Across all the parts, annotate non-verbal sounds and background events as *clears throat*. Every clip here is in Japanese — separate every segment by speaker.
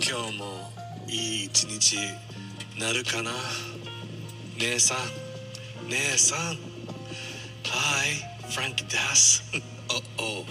Speaker 1: 今日もいい一日なるかな姉さん姉さん Hi フランキーです *laughs* おお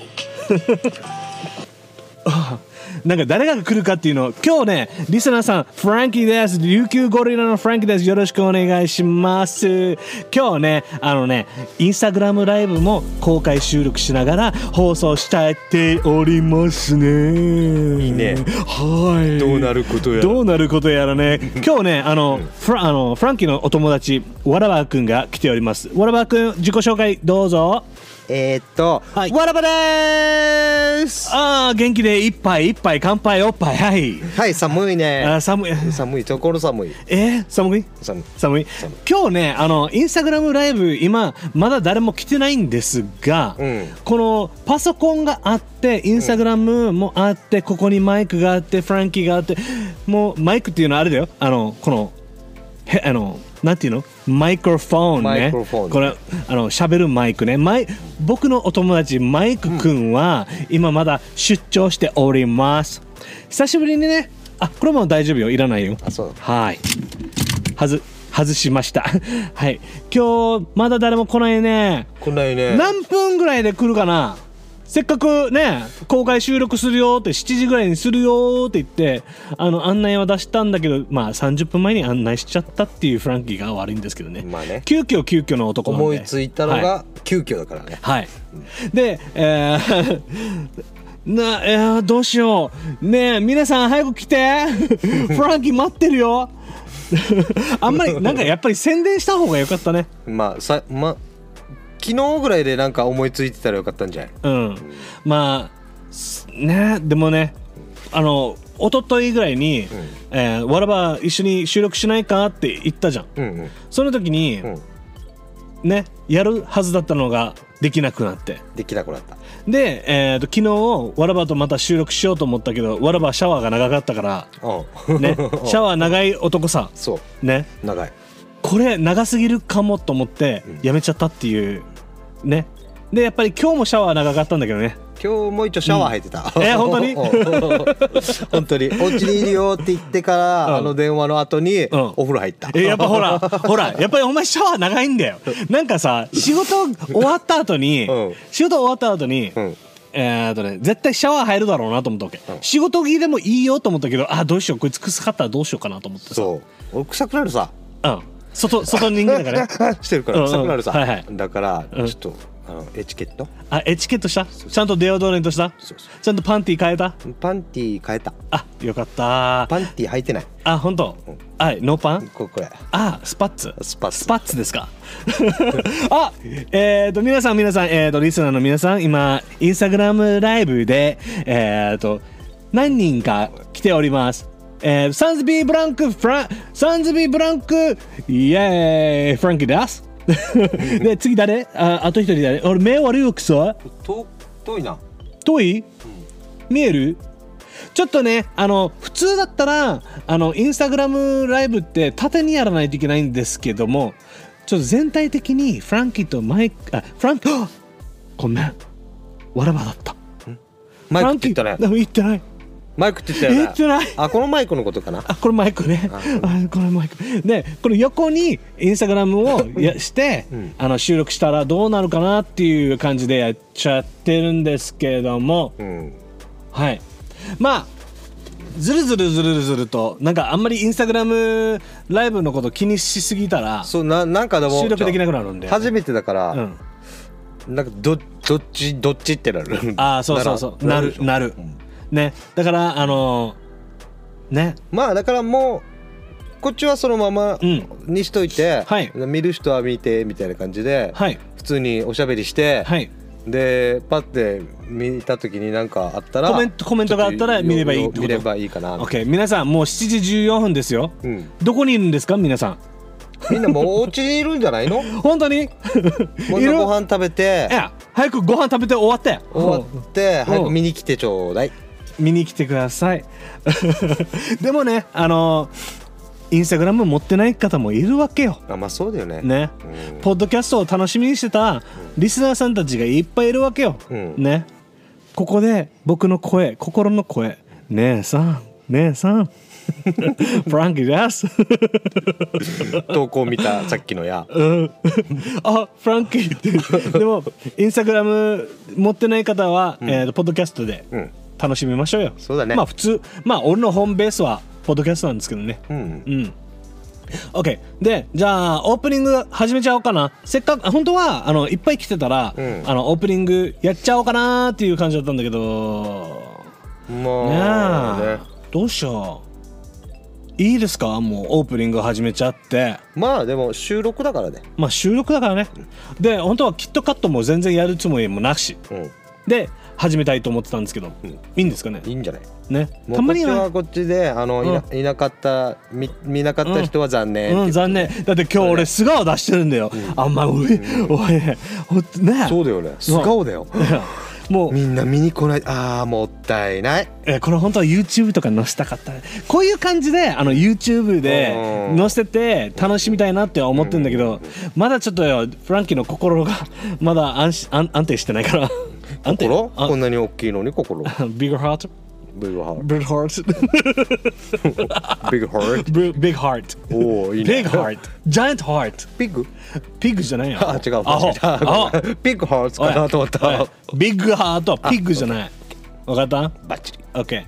Speaker 2: なんか誰が来るかっていうのを今日ねリスナーさんフランキーです琉球ゴリラのフランキーですよろしくお願いします今日ねあのねインスタグラムライブも公開収録しながら放送したいっておりますね
Speaker 3: いいね
Speaker 2: はい
Speaker 3: どうなることやら
Speaker 2: どうなることやらね今日ねあのフラあのフランキーのお友達わらばくんが来ておりますわらばくん自己紹介どうぞ
Speaker 4: えー、っと、
Speaker 2: はい
Speaker 4: わらばでーす
Speaker 2: ああ元気で一杯一杯乾杯おっぱいはい
Speaker 4: はい、寒い
Speaker 2: あ
Speaker 4: ね
Speaker 2: ー。寒い
Speaker 4: 寒い、ところ寒い。
Speaker 2: えー、寒い
Speaker 4: 寒い。
Speaker 2: 寒い
Speaker 4: 寒い
Speaker 2: 今日ねあのインスタグラムライブ今まだ誰も来てないんですが、
Speaker 4: うん
Speaker 2: このパソコンがあってインスタグラムもあって、ここにマイクがあってフランキーがあってもうマイクっていうのはあれだよあのこのへあのなんていうのマイクロフォンね
Speaker 4: マイクロフォンね
Speaker 2: これあの喋るマイクねマイ僕のお友達マイクくんは、今まだ出張しております久しぶりにねあこれも大丈夫よいらないよ
Speaker 4: あ、そう。
Speaker 2: はい。はず、外しました。 *laughs* はい。今日、まだ誰も来ないね。
Speaker 4: 来ないね
Speaker 2: 何分ぐらいで来るかなせっかくね、公開収録するよって、7時ぐらいにするよって言って、あの、案内は出したんだけど、まあ、30分前に案内しちゃったっていうフランキーが悪いんですけどね。
Speaker 4: まあね
Speaker 2: 急遽急遽の男なんで
Speaker 4: 思いついたの
Speaker 2: は
Speaker 4: が急遽だからね。
Speaker 2: はい。で、えー *laughs* な、えーどうしよう。ねえ、皆さん早く来て。 *laughs* フランキー待ってるよ。 *laughs* あんまり、なんかやっぱり宣伝した方が良かったね。
Speaker 4: まあ、さ、ま、昨日ぐらいでなんか思いついてたらよかったんじゃない
Speaker 2: うん。まあ、すねでもね、あの、一昨日ぐらいに、えーわらば一緒に収録しないかって言ったじゃん。
Speaker 4: うんうん。
Speaker 2: その時に、
Speaker 4: うん
Speaker 2: ね、やるはずだったのができなくなって。
Speaker 4: できなくなった。
Speaker 2: で、えー、と昨日わらばとまた収録しようと思ったけどわらばシャワーが長かったから、
Speaker 4: うん。 *laughs*
Speaker 2: ね、シャワー長い男さ
Speaker 4: そ
Speaker 2: ね
Speaker 4: う、長い。
Speaker 2: これ長すぎるかもと思ってやめちゃったっていうねでやっぱり今日もシャワー長かったんだけど
Speaker 4: *laughs*
Speaker 2: ね
Speaker 4: 今日もう一応シャワー入ってた。
Speaker 2: うんえ本当に
Speaker 4: *laughs* 本当に。お家にいるよって言ってから、
Speaker 2: うん
Speaker 4: あの電話の後に、
Speaker 2: ん
Speaker 4: お風呂入った。
Speaker 2: えやっぱほらほらやっぱりお前シャワー長いんだよなんかさ仕事終わった後に、
Speaker 4: うん
Speaker 2: 仕事終わった後に、
Speaker 4: うん
Speaker 2: えーっとね、絶対シャワー入るだろうなと思ったわけ、仕事着でもいいよと思ったけどあどうしようこいつ臭かったらどうしようかなと思ってさ
Speaker 4: そう。俺臭くなるさ。
Speaker 2: うん外外人間だからね
Speaker 4: *laughs* してるから臭くなるさ、
Speaker 2: うんうんはいはい
Speaker 4: だからち
Speaker 2: う
Speaker 4: ょ
Speaker 2: ん
Speaker 4: っと、あのエチケット
Speaker 2: あエチケットしたちゃんとデオドレントした
Speaker 4: そうそ
Speaker 2: ちゃんとパンティ変えた
Speaker 4: パンティ変えた
Speaker 2: あよかった
Speaker 4: パンティ履いてない
Speaker 2: あ本当はいノーパン
Speaker 4: ここれ
Speaker 2: あスパッツ
Speaker 4: スパッツ
Speaker 2: ですか *laughs* あえっ、と皆さん皆さんえっ、とリスナーの皆さん今インスタグラムライブでえっ、と何人か来ておりますえー、サンズビーブランクフランサンズビーブランクイエーイフランキーです *laughs* で次誰ああと一人誰俺目悪いよクソ
Speaker 4: 遠遠いな
Speaker 2: 遠い、見えるちょっとねあの普通だったらあのインスタグラムライブって縦にやらないといけないんですけどもちょっと全体的にフランキーとマイクあフランキーごめんわらばだった
Speaker 4: マイクって言った
Speaker 2: フラ
Speaker 4: ね
Speaker 2: ンキーでも言ってない
Speaker 4: マイクって言ったよね
Speaker 2: 言ってない
Speaker 4: あこのマイクのことかな
Speaker 2: あこれマイクねあこれマイクでこの横にインスタグラムをやして、あの収録したらどうなるかなっていう感じでやっちゃってるんですけれども、
Speaker 4: うん
Speaker 2: はいまあずるずるずるずるとなんかあんまりインスタグラムライブのこと気にしすぎたら
Speaker 4: そうななんかでも
Speaker 2: 収録できなくなるんで、
Speaker 4: 初めてだから、
Speaker 2: うん、
Speaker 4: なんかどどっちどっちってなる
Speaker 2: ああそうそうそうな
Speaker 4: で
Speaker 2: る
Speaker 4: しょ
Speaker 2: なる、ねだからあのーね
Speaker 4: まあだからもうこっちはそのまま
Speaker 2: うん
Speaker 4: にしといて、
Speaker 2: はい
Speaker 4: 見る人は見てみたいな感じで、
Speaker 2: はい
Speaker 4: 普通におしゃべりして、
Speaker 2: はい
Speaker 4: でパッて見た時に何かあったら
Speaker 2: コメントコメントがあったら見ればいいってこと
Speaker 4: 見ればいいかな
Speaker 2: OK 皆さんもう7時14分ですよ、
Speaker 4: うん
Speaker 2: どこにいるんですか皆さん
Speaker 4: みんなもうお家にいるんじゃ
Speaker 2: *laughs*
Speaker 4: ないの
Speaker 2: 本当に *laughs* いる
Speaker 4: こんなご飯食べて
Speaker 2: いや早くご飯食べて終わって
Speaker 4: 終わって早く見に来てちょうだい
Speaker 2: 見に来てください *laughs* でもねあのインスタグラム持ってない方もいるわけよ
Speaker 4: あまあそうだよね
Speaker 2: ね
Speaker 4: うん
Speaker 2: ポッドキャストを楽しみにしてたリスナーさんたちがいっぱいいるわけよ、
Speaker 4: うん
Speaker 2: ねここで僕の声心の声姉さん姉さん *laughs* フランキーです、
Speaker 4: 投稿見たさっきのや
Speaker 2: *laughs* うん、あフラン
Speaker 4: *laughs*
Speaker 2: キーってでもインスタグラム持ってない方は、えーとポッドキャストで
Speaker 4: うん
Speaker 2: 楽しみましょうよ、
Speaker 4: そうだね
Speaker 2: まあ普通まあ俺のホームベースはポッドキャストなんですけどね
Speaker 4: うん
Speaker 2: うん。OK。で、じゃあ、オープニング始めちゃおうかな。せっかく、あ本当は、あの、いっぱい来てたら、
Speaker 4: うん
Speaker 2: あの、オープニングやっちゃおうかなーっていう感じだったんだけど、
Speaker 4: まあね
Speaker 2: どうしよう。いいですかもうオープニング始めちゃって。
Speaker 4: まあでも収録だからね
Speaker 2: まあ、収録だからね。で、本当はキットカットも全然やるつもりもなし。
Speaker 4: う
Speaker 2: で、始めたいと思ってたんですけど、
Speaker 4: うん
Speaker 2: いいんですかね
Speaker 4: んいいんじゃない
Speaker 2: ね。
Speaker 4: も
Speaker 2: た
Speaker 4: うこ
Speaker 2: ま
Speaker 4: っち
Speaker 2: には
Speaker 4: は。こっちであのいな,、いなかった見見なかった人は残念、
Speaker 2: うん、残念。だって今日俺素顔出してるんだよ。あんま、おい、おい、ほんとね。
Speaker 4: そうだよね素顔だよ
Speaker 2: いや *laughs* もう、
Speaker 4: みんな見に来ないああもったいない
Speaker 2: えーこれ本当は YouTube とか載せたかったねこういう感じであの YouTube で
Speaker 4: うん
Speaker 2: 載せて楽しみたいなって思ってるんだけどまだちょっとよフランキーの心がまだ安し安安定してないから安定
Speaker 4: 心
Speaker 2: あ
Speaker 4: こんなに大きいのに
Speaker 2: *laughs*
Speaker 4: 心
Speaker 2: Big Heart
Speaker 4: Big Heart
Speaker 2: Big Heart
Speaker 4: Big Heart
Speaker 2: Big Heart
Speaker 4: おおいいね
Speaker 2: Big Heart Giant Heart
Speaker 4: Big?
Speaker 2: ピッグじゃないよ
Speaker 4: あ違う
Speaker 2: アホアホ
Speaker 4: *laughs* ピッグハーツかなと思っ
Speaker 2: お
Speaker 4: た
Speaker 2: いビッグハートはピッグじゃないわかった
Speaker 4: バッチリ
Speaker 2: OK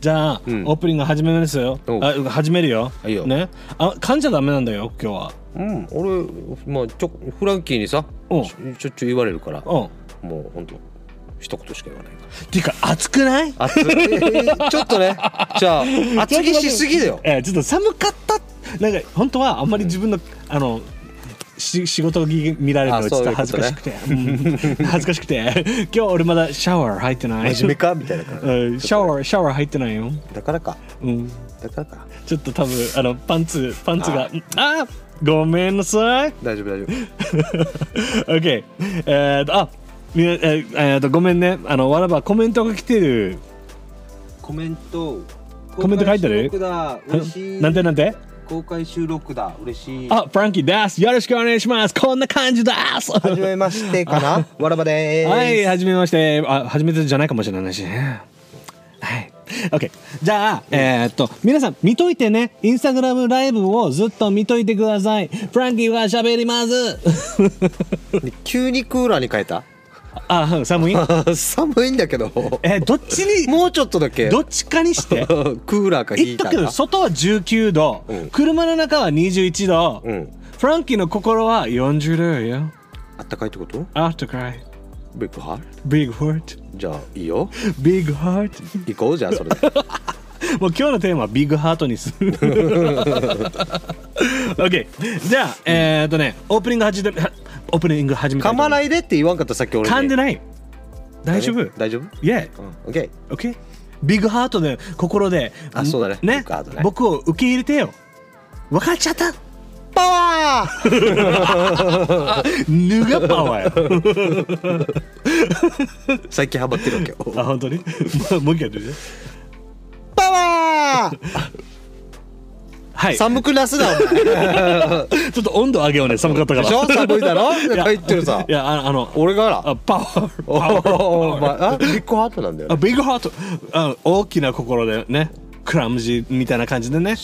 Speaker 2: じゃあ、
Speaker 4: ん
Speaker 2: オープニング始めるんですよ
Speaker 4: おう
Speaker 2: あ始めるよ
Speaker 4: いいよ
Speaker 2: ねあ噛んじゃダメなんだよ今日は
Speaker 4: うん俺まあちょフランキーにさ
Speaker 2: うん
Speaker 4: しょっちゅう言われるから
Speaker 2: うん
Speaker 4: もうほんと一言しか言わない
Speaker 2: ていうか熱くない
Speaker 4: 熱い *laughs* ちょっとねじゃあ厚着しすぎだよ
Speaker 2: えーちょっと寒かったなんか本当はあんまり自分の、あのし仕事着見られるの
Speaker 4: あ
Speaker 2: ちょっと恥ず
Speaker 4: そうい
Speaker 2: か
Speaker 4: う
Speaker 2: し
Speaker 4: こ
Speaker 2: くてうん恥ずかしくて *laughs* 今日俺まだシャワー入ってない
Speaker 4: 真面目かみたいな感
Speaker 2: うんシャワーシャワー入ってないよ、
Speaker 4: じだからか
Speaker 2: うん、
Speaker 4: だからか
Speaker 2: ちょっと多分あのパンツパンツがああごめんなさい *laughs*
Speaker 4: 大丈夫大丈夫
Speaker 2: OK。えー、と、あみなえーえーと、ごめんね。あの、わらばコメントが来てる。
Speaker 4: コメント
Speaker 2: コメント書いてる
Speaker 5: 公開収録だ嬉しい
Speaker 2: なんてなんて
Speaker 5: 公開収録だ嬉しい
Speaker 2: あ、フランキーです。よろしくお願いします。こんな感じです。は
Speaker 4: 初めましてかな *laughs* わらばでーす
Speaker 2: い、はじめまして。あ、初めてじゃないかもしれないし。はい。OK。じゃあ、えー、っと、皆さん見といてね。インスタグラムライブをずっと見といてください。フランキーが喋ります。
Speaker 4: 急にクーラーに変えた *laughs*
Speaker 2: あ、寒い
Speaker 4: 寒いんだけど
Speaker 2: えーどっちに、
Speaker 4: もうちょっとだけ
Speaker 2: どっちかに
Speaker 4: *laughs*
Speaker 2: して。
Speaker 4: クーラーかヒ
Speaker 2: 言っ
Speaker 4: ー
Speaker 2: と
Speaker 4: タ
Speaker 2: くけ
Speaker 4: ー
Speaker 2: ど
Speaker 4: か
Speaker 2: 外は19度、
Speaker 4: うん
Speaker 2: 車の中は21度、
Speaker 4: うん
Speaker 2: フランキーの心は40度よ
Speaker 4: あったかいってこと
Speaker 2: アフターカイ
Speaker 4: ビッグハート
Speaker 2: ビッグハート
Speaker 4: じゃあいいよ
Speaker 2: *laughs* ビッグハート
Speaker 4: 行こうじゃあそれ
Speaker 2: *laughs*
Speaker 4: で
Speaker 2: もう今日のテーマはビッグハートに
Speaker 4: *laughs*
Speaker 2: する OK じゃあえー、っとねオープニング始めはオープニング始めた
Speaker 4: 噛まないいでって言わんかったさっき
Speaker 2: と
Speaker 4: 俺に
Speaker 2: 思う噛んでない大丈夫
Speaker 4: 大丈夫
Speaker 2: イェイ
Speaker 4: うんオッケ
Speaker 2: OK ビッグハートで心で
Speaker 4: あそうだねビッグハートね
Speaker 2: 僕を受け入れてよ分かっちゃった
Speaker 4: ーパワー
Speaker 2: *laughs* ぬがパワーよ
Speaker 4: 最近ハマってるわけよ
Speaker 2: あ本当に *laughs* もうもう一回やってみて
Speaker 4: パワー
Speaker 2: はいちょ
Speaker 4: 寒くなすなお
Speaker 2: *laughs*
Speaker 4: 前
Speaker 2: っと温度上げようね寒かったか
Speaker 4: で
Speaker 2: ら
Speaker 4: しょ寒いだろ
Speaker 2: や
Speaker 4: 入ってるさ
Speaker 2: いやあのあの
Speaker 4: 俺が
Speaker 2: あ
Speaker 4: ら
Speaker 2: パワー
Speaker 4: お
Speaker 2: パワー
Speaker 4: おお前あビッグハートなんだよ
Speaker 2: あ
Speaker 4: ね
Speaker 2: ビッグハートあ大きな心でねクラムジーみたいな感じでね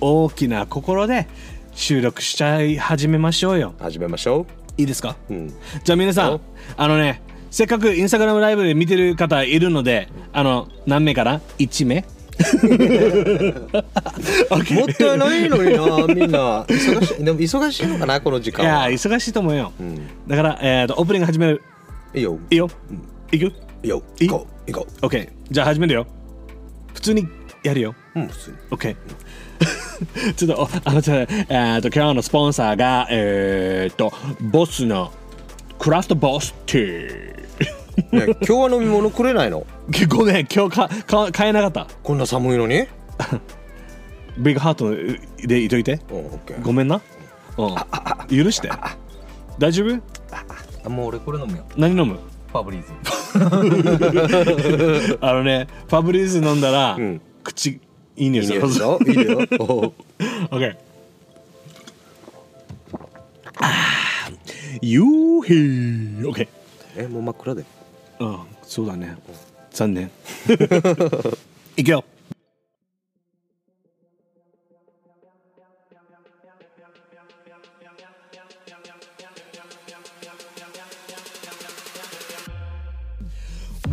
Speaker 2: 大きな心で収録しちゃい始めましょうよ
Speaker 4: 始めましょ
Speaker 2: いいですか
Speaker 4: ううん
Speaker 2: じゃあ皆さんあのねせっかくインスタグラムライブで見てる方いるのであの何名かな1名
Speaker 4: もったいないのになみんな忙しいでも忙しいのかなこの時
Speaker 2: い
Speaker 4: 間
Speaker 2: や
Speaker 4: は
Speaker 2: ー忙しいと思うよ、
Speaker 4: ん
Speaker 2: だから、えー、とオープニング始める
Speaker 4: いいよ
Speaker 2: いいよ、行く
Speaker 4: いいよ
Speaker 2: い
Speaker 4: 行こう行こ
Speaker 2: ?OK じゃあ始めるよ普通にやるよ
Speaker 4: ううん普通に
Speaker 2: OK *laughs* ちょっとおあのちょっとえー、と今日のスポンサーがえっ、とボスのクラフトボスティ
Speaker 4: ね今日は飲み物くれないの
Speaker 2: ーごめん今日かか買えなかった
Speaker 4: こんな寒いのに
Speaker 2: ビッグハートでいといて
Speaker 4: うんオッケー
Speaker 2: ごめんな、うん、許して大丈夫
Speaker 5: あもう俺これ飲むよ
Speaker 2: 何飲む
Speaker 5: ファブリーズ
Speaker 2: あのねファブリーズ飲んだら、
Speaker 4: ん
Speaker 2: 口いい匂い
Speaker 4: いい
Speaker 2: する
Speaker 4: よいいよいいよおう
Speaker 2: *laughs* Okay. Ah, Yuhi. Okay.
Speaker 4: えもう真っ暗で
Speaker 2: *laughs* ああそうだね残念いくよ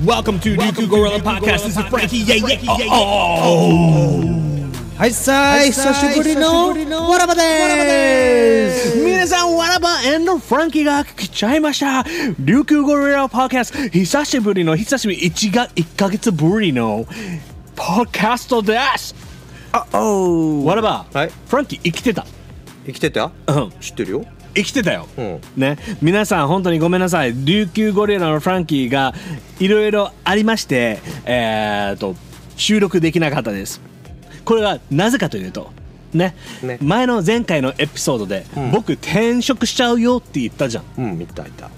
Speaker 2: Welcome to Riku Gorilla Podcast. This is Frankie. Yeah, yeah, yeah, Oh. yeah.
Speaker 6: はいさーい久しぶりのわらばでーす
Speaker 2: 皆さん、わらば and フランキーが来ちゃいました。琉球ゴリラパーキャスト、久しぶりの、久しぶり、1が、1ヶ月ぶりの、パーキャストです。あおわらば、
Speaker 4: はい
Speaker 2: フランキー生きてた。
Speaker 4: 生きてた
Speaker 2: うん
Speaker 4: 知ってるよ
Speaker 2: 生きてたよ。
Speaker 4: うん
Speaker 2: ね、皆さん本当にごめんなさい琉球ゴリラのフランキーがいろいろありまして、えー、と収録できなかったですこれはなぜかというとね
Speaker 4: ね
Speaker 2: 前の前回のエピソードで、
Speaker 4: ん
Speaker 2: 僕転職しちゃうよって言ったじゃん
Speaker 4: うん見たい *laughs* た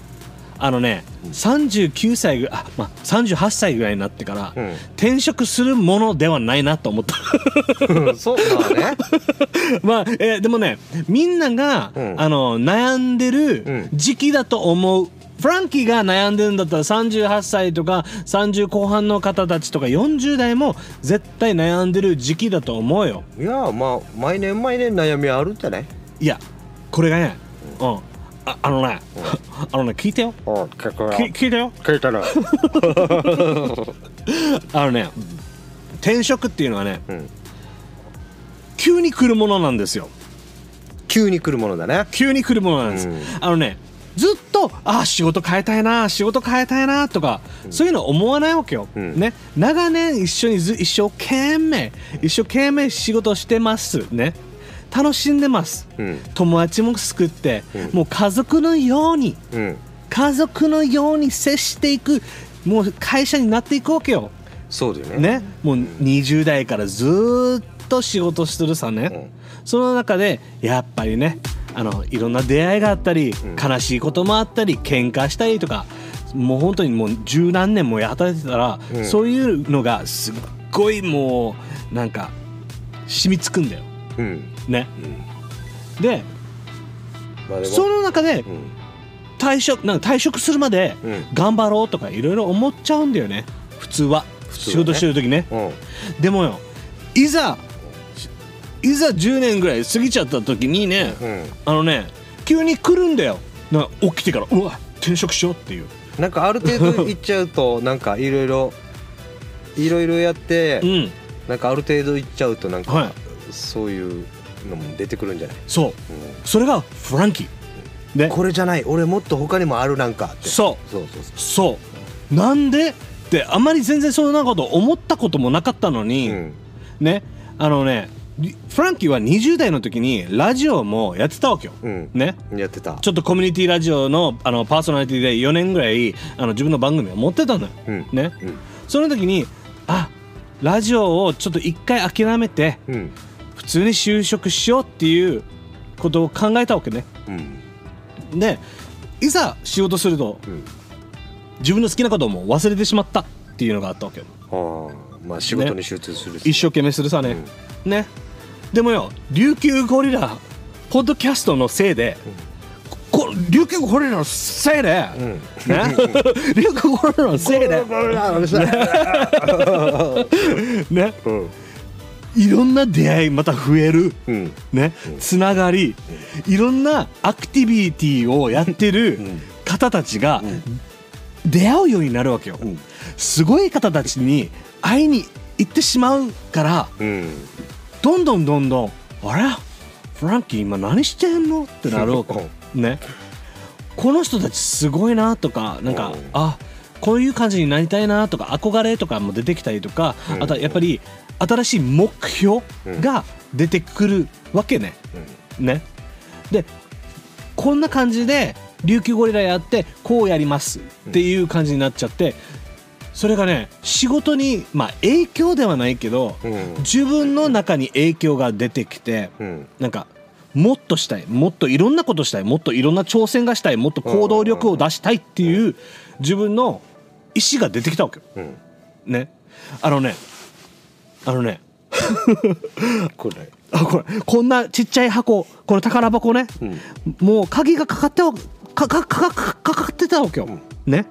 Speaker 2: あのね39歳ぐあ、まあ、38歳ぐらいになってから、
Speaker 4: うん
Speaker 2: 転職するものではないなと思った
Speaker 4: うんそうだね
Speaker 2: *laughs* まあ、えーでもねみんなが、
Speaker 4: うん
Speaker 2: あの悩んでる
Speaker 4: ん
Speaker 2: 時期だと思う、フランキーが悩んでるんだったら38歳とか30後半の方たちとか40代も絶対悩んでる時期だと思うよ
Speaker 4: いやまあ毎年毎年悩みあるんじゃない
Speaker 2: いやこれがねうんああのねあのね聞いてよ
Speaker 4: うん結構
Speaker 2: き聞いてよ
Speaker 4: 聞いたら
Speaker 2: *laughs* あのね転職っていうのはね、
Speaker 4: うん
Speaker 2: 急に来るものなんですよ
Speaker 4: 急に来るものだね
Speaker 2: 急に来るものなんです、
Speaker 4: うん
Speaker 2: あのねずっとああ仕事変えたいな仕事変えたいなとか、そういうの思わないわけよ、
Speaker 4: うん
Speaker 2: ね長年一緒にず一生懸命一生懸命仕事してますね楽しんでます、
Speaker 4: うん
Speaker 2: 友達も救って、
Speaker 4: うん
Speaker 2: もう家族のように
Speaker 4: うん
Speaker 2: 家族のように接していくもう会社になっていくわけよ、
Speaker 4: そうだよね
Speaker 2: ね、もう20代からずーっと仕事してるさね、その中でやっぱりねあのいろんな出会いがあったり、悲しいこともあったり喧嘩したりとかもう本当にもう十何年も働いてたら、
Speaker 4: うん
Speaker 2: そういうのがすっごいもうなんか染みつくんだよ
Speaker 4: うん
Speaker 2: ね。で
Speaker 4: まあでも
Speaker 2: その中で
Speaker 4: うん
Speaker 2: 退職なんか退職するまで
Speaker 4: うん
Speaker 2: 頑張ろうとかいろいろ思っちゃうんだよね普通は
Speaker 4: 通はね
Speaker 2: 仕事してる時ね。
Speaker 4: うん
Speaker 2: でもよいざいざ10年ぐらい過ぎちゃった時にね、
Speaker 4: うん
Speaker 2: あのね急に来るんだよな起きてからうわ転職しようっていう
Speaker 4: なんかある
Speaker 2: *laughs*
Speaker 4: 程度いっちゃうとなんかいろいろいろいろやって
Speaker 2: うん
Speaker 4: なんかある程度いっちゃうとなんか、
Speaker 2: はい
Speaker 4: そういうのも出てくるんじゃない、
Speaker 2: そう
Speaker 4: う
Speaker 2: それがフランキーで
Speaker 4: ん、これじゃない俺もっと他にもあるなんかって
Speaker 2: そう
Speaker 4: そうそうそ
Speaker 2: そうなんでってあまり全然そんなこと思ったこともなかったの
Speaker 4: う
Speaker 2: に、
Speaker 4: うん
Speaker 2: ねあのねリフランキーは20代の時にラジオもやってたわけよ、
Speaker 4: うん
Speaker 2: ね
Speaker 4: やってた
Speaker 2: ちょっとコミュニティラジオのあのパーソナリティで4年ぐらいあの自分の番組を持ってたのよ、
Speaker 4: うん
Speaker 2: ね、
Speaker 4: うん
Speaker 2: その時にあラジオをちょっと一回諦めて
Speaker 4: うん
Speaker 2: 普通に就職しようっていうことを考えたわけね
Speaker 4: うん
Speaker 2: でいざ仕事すると、
Speaker 4: ん
Speaker 2: 自分の好きなことをもう忘れてしまったっていうのがあったわけよ
Speaker 4: あーまあ仕事に集中するし
Speaker 2: 一生懸命するさね、ねでもよ琉球ゴリラポッドキャストのせいで、こ琉球ゴリラのせいで、ね *laughs* 琉球ゴリラのせいでね
Speaker 4: うん
Speaker 2: いろんな出会いまた増える、
Speaker 4: うん
Speaker 2: ね、つながり、いろんなアクティビティをやってる方たちが出会うようになるわけよ、すごい方たちに会いに行ってしまうから
Speaker 4: うん
Speaker 2: どんどんどんどんあれフランキー今何してんのってな
Speaker 4: *laughs*
Speaker 2: るわけよねこの人たちすごいなとかなんか、
Speaker 4: うん
Speaker 2: あこういう感じになりたいなとか憧れとかも出てきたりとか、あとはやっぱり新しい目標が出てくるわけね。ねでこんな感じで琉球ゴリラやってこうやりますっていう感じになっちゃってそれがね仕事にまあ影響ではないけど、
Speaker 4: うん
Speaker 2: 自分の中に影響が出てきて。
Speaker 4: うん
Speaker 2: なんかもっとしたいもっといろんなことしたいもっといろんな挑戦がしたいもっと行動力を出したいっていう自分の意思が出てきたわけよ
Speaker 4: うん
Speaker 2: ねあのねあのね
Speaker 4: これ
Speaker 2: あこれこんなちっちゃい箱この宝箱ね、もう鍵がかかってわかかかかかかってたわけよ、ね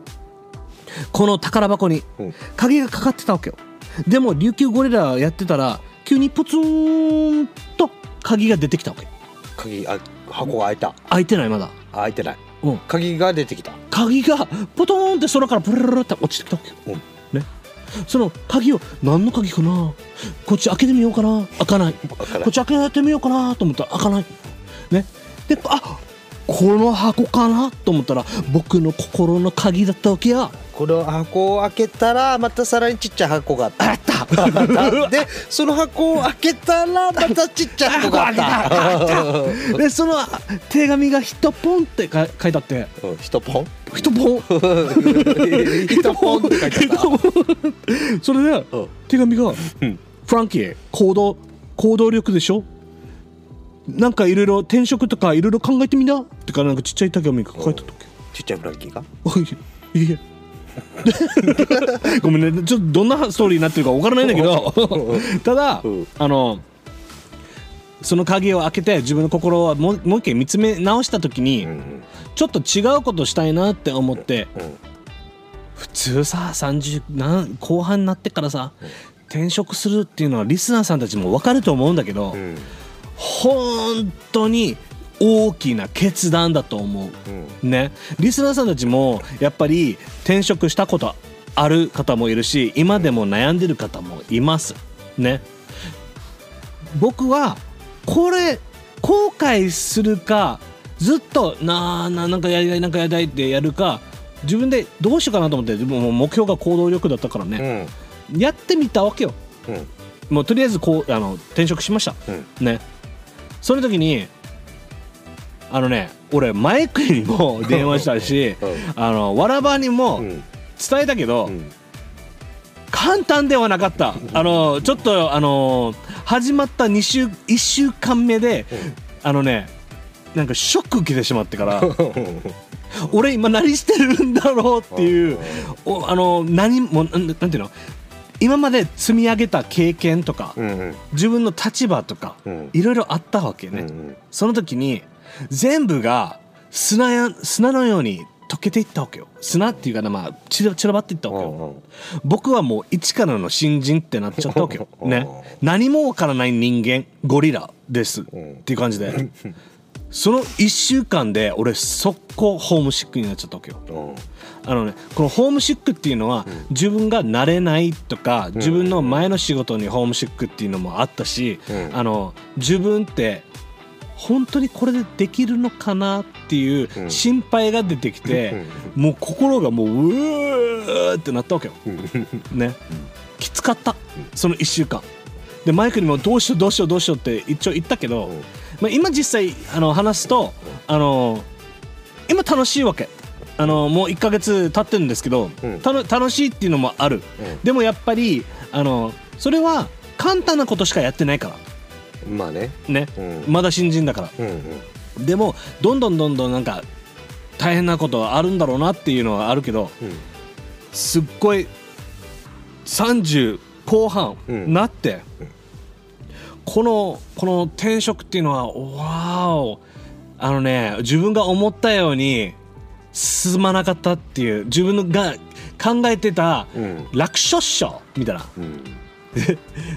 Speaker 2: この宝箱に
Speaker 4: うん
Speaker 2: 鍵がかかってたわけよでも琉球ゴリラやってたら急にポツンと鍵が出てきたわけ
Speaker 4: 鍵あ箱が開いた
Speaker 2: 開いてないまだ
Speaker 4: あ開いてない
Speaker 2: うん
Speaker 4: 鍵が出てきた
Speaker 2: 鍵がポトーンって空からプルルルルって落ちてきたわけよ、ね、その鍵を何の鍵かなこっち開けてみようかな開かないこっち開けてみようかなと思ったら開かないねであこの箱かなと思ったら僕の心の鍵だったわけや
Speaker 4: この箱を開けたらまたさらにちっちゃい箱があった
Speaker 2: あった
Speaker 4: でその箱を開けたらまたちっちゃい箱があった
Speaker 2: でその手紙が「ひとぽん」ってか書いてあって
Speaker 4: うん一ポン
Speaker 2: 「ひと
Speaker 4: *laughs*
Speaker 2: ぽん」
Speaker 4: 一ポンって書いてあった
Speaker 2: それで
Speaker 4: うん
Speaker 2: 手紙が「フランキー行動行動力でしょなんかいろいろ転職とかいろいろ考えてみな」ってかなんかちっちゃい手紙が書いてあったっけ
Speaker 4: ちっちゃいブランキーが
Speaker 2: おいいや *laughs* ごめんねちょっとどんなストーリーになってるかわからないんだけど *laughs* ただ、
Speaker 4: ん
Speaker 2: あのその鍵を開けて自分の心をもうもう一回見つめ直した時に、
Speaker 4: ん
Speaker 2: ちょっと違うことしたいなって思って、
Speaker 4: んうん
Speaker 2: 普通さ30なん後半になってからさ、転職するっていうのはリスナーさんたちも分かると思うんだけど、
Speaker 4: うん
Speaker 2: 本当に大きな決断だと思う。
Speaker 4: うん
Speaker 2: ね、リスナーさんたちもやっぱり転職したことある方もいるし今でも悩んでる方もいますね僕はこれ後悔するかずっとなあななんかやりたいなんかやりたいってやるか自分でどうしようかなと思ってでももう目標が行動力だったから
Speaker 4: う
Speaker 2: ね、
Speaker 4: ん
Speaker 2: やってみたわけよ
Speaker 4: うん
Speaker 2: もうとりあえずこうあの転職しました、ねその時にあのね俺マイクにも電話したしあのわらばにも
Speaker 4: うん
Speaker 2: 伝えたけど、
Speaker 4: うん
Speaker 2: 簡単ではなかったあのちょっとあの始まった2週1週間目で、あのねなんかショック受けてしまってから俺今何してるんだろうっていうおあの何もなんなんていうの今まで積み上げた経験とか、
Speaker 4: うんうん
Speaker 2: 自分の立場とか
Speaker 4: うん
Speaker 2: いろいろあったわけね、
Speaker 4: うん
Speaker 2: その時に全部が砂や砂のように溶けていったわけよ砂っていうかなまあ散ら散らばっていったわけよ、僕はもう一からの新人ってなっちゃったわけよね何もわからない人間ゴリラです、
Speaker 4: ん
Speaker 2: っていう感じでその1週間で俺速攻ホームシックになっちゃったわけよ
Speaker 4: うん
Speaker 2: あのねこのホームシックっていうのは、自分が慣れないとか自分の前の仕事にホームシックっていうのもあったし、
Speaker 4: うん
Speaker 2: あの自分って本当にこれでできるのかなっていう
Speaker 4: うん
Speaker 2: 心配が出てきて、もう心がもううーってなったわけよ。ね、きつかったその1週間。でマイクにも「どうしようどうしようどうしよう」って一応言ったけど、まあ、今実際あの話すとあの今楽しいわけあのもう1ヶ月経ってるんですけど、
Speaker 4: うん
Speaker 2: たの楽しいっていうのもある、
Speaker 4: うん
Speaker 2: でもやっぱりあのそれは簡単なことしかやってないから
Speaker 4: うんまあね
Speaker 2: ね、
Speaker 4: うん
Speaker 2: まだ新人だから
Speaker 4: うんうん
Speaker 2: でもどんどんどんどんなんか大変なことはあるんだろうなっていうのはあるけど
Speaker 4: うん
Speaker 2: すっごい30後半
Speaker 4: うん
Speaker 2: なって、このこの転職っていうのはわーおあのね自分が思ったように進まなかったっていう自分が考えてた
Speaker 4: うん
Speaker 2: 楽勝っしょみたいな
Speaker 4: うん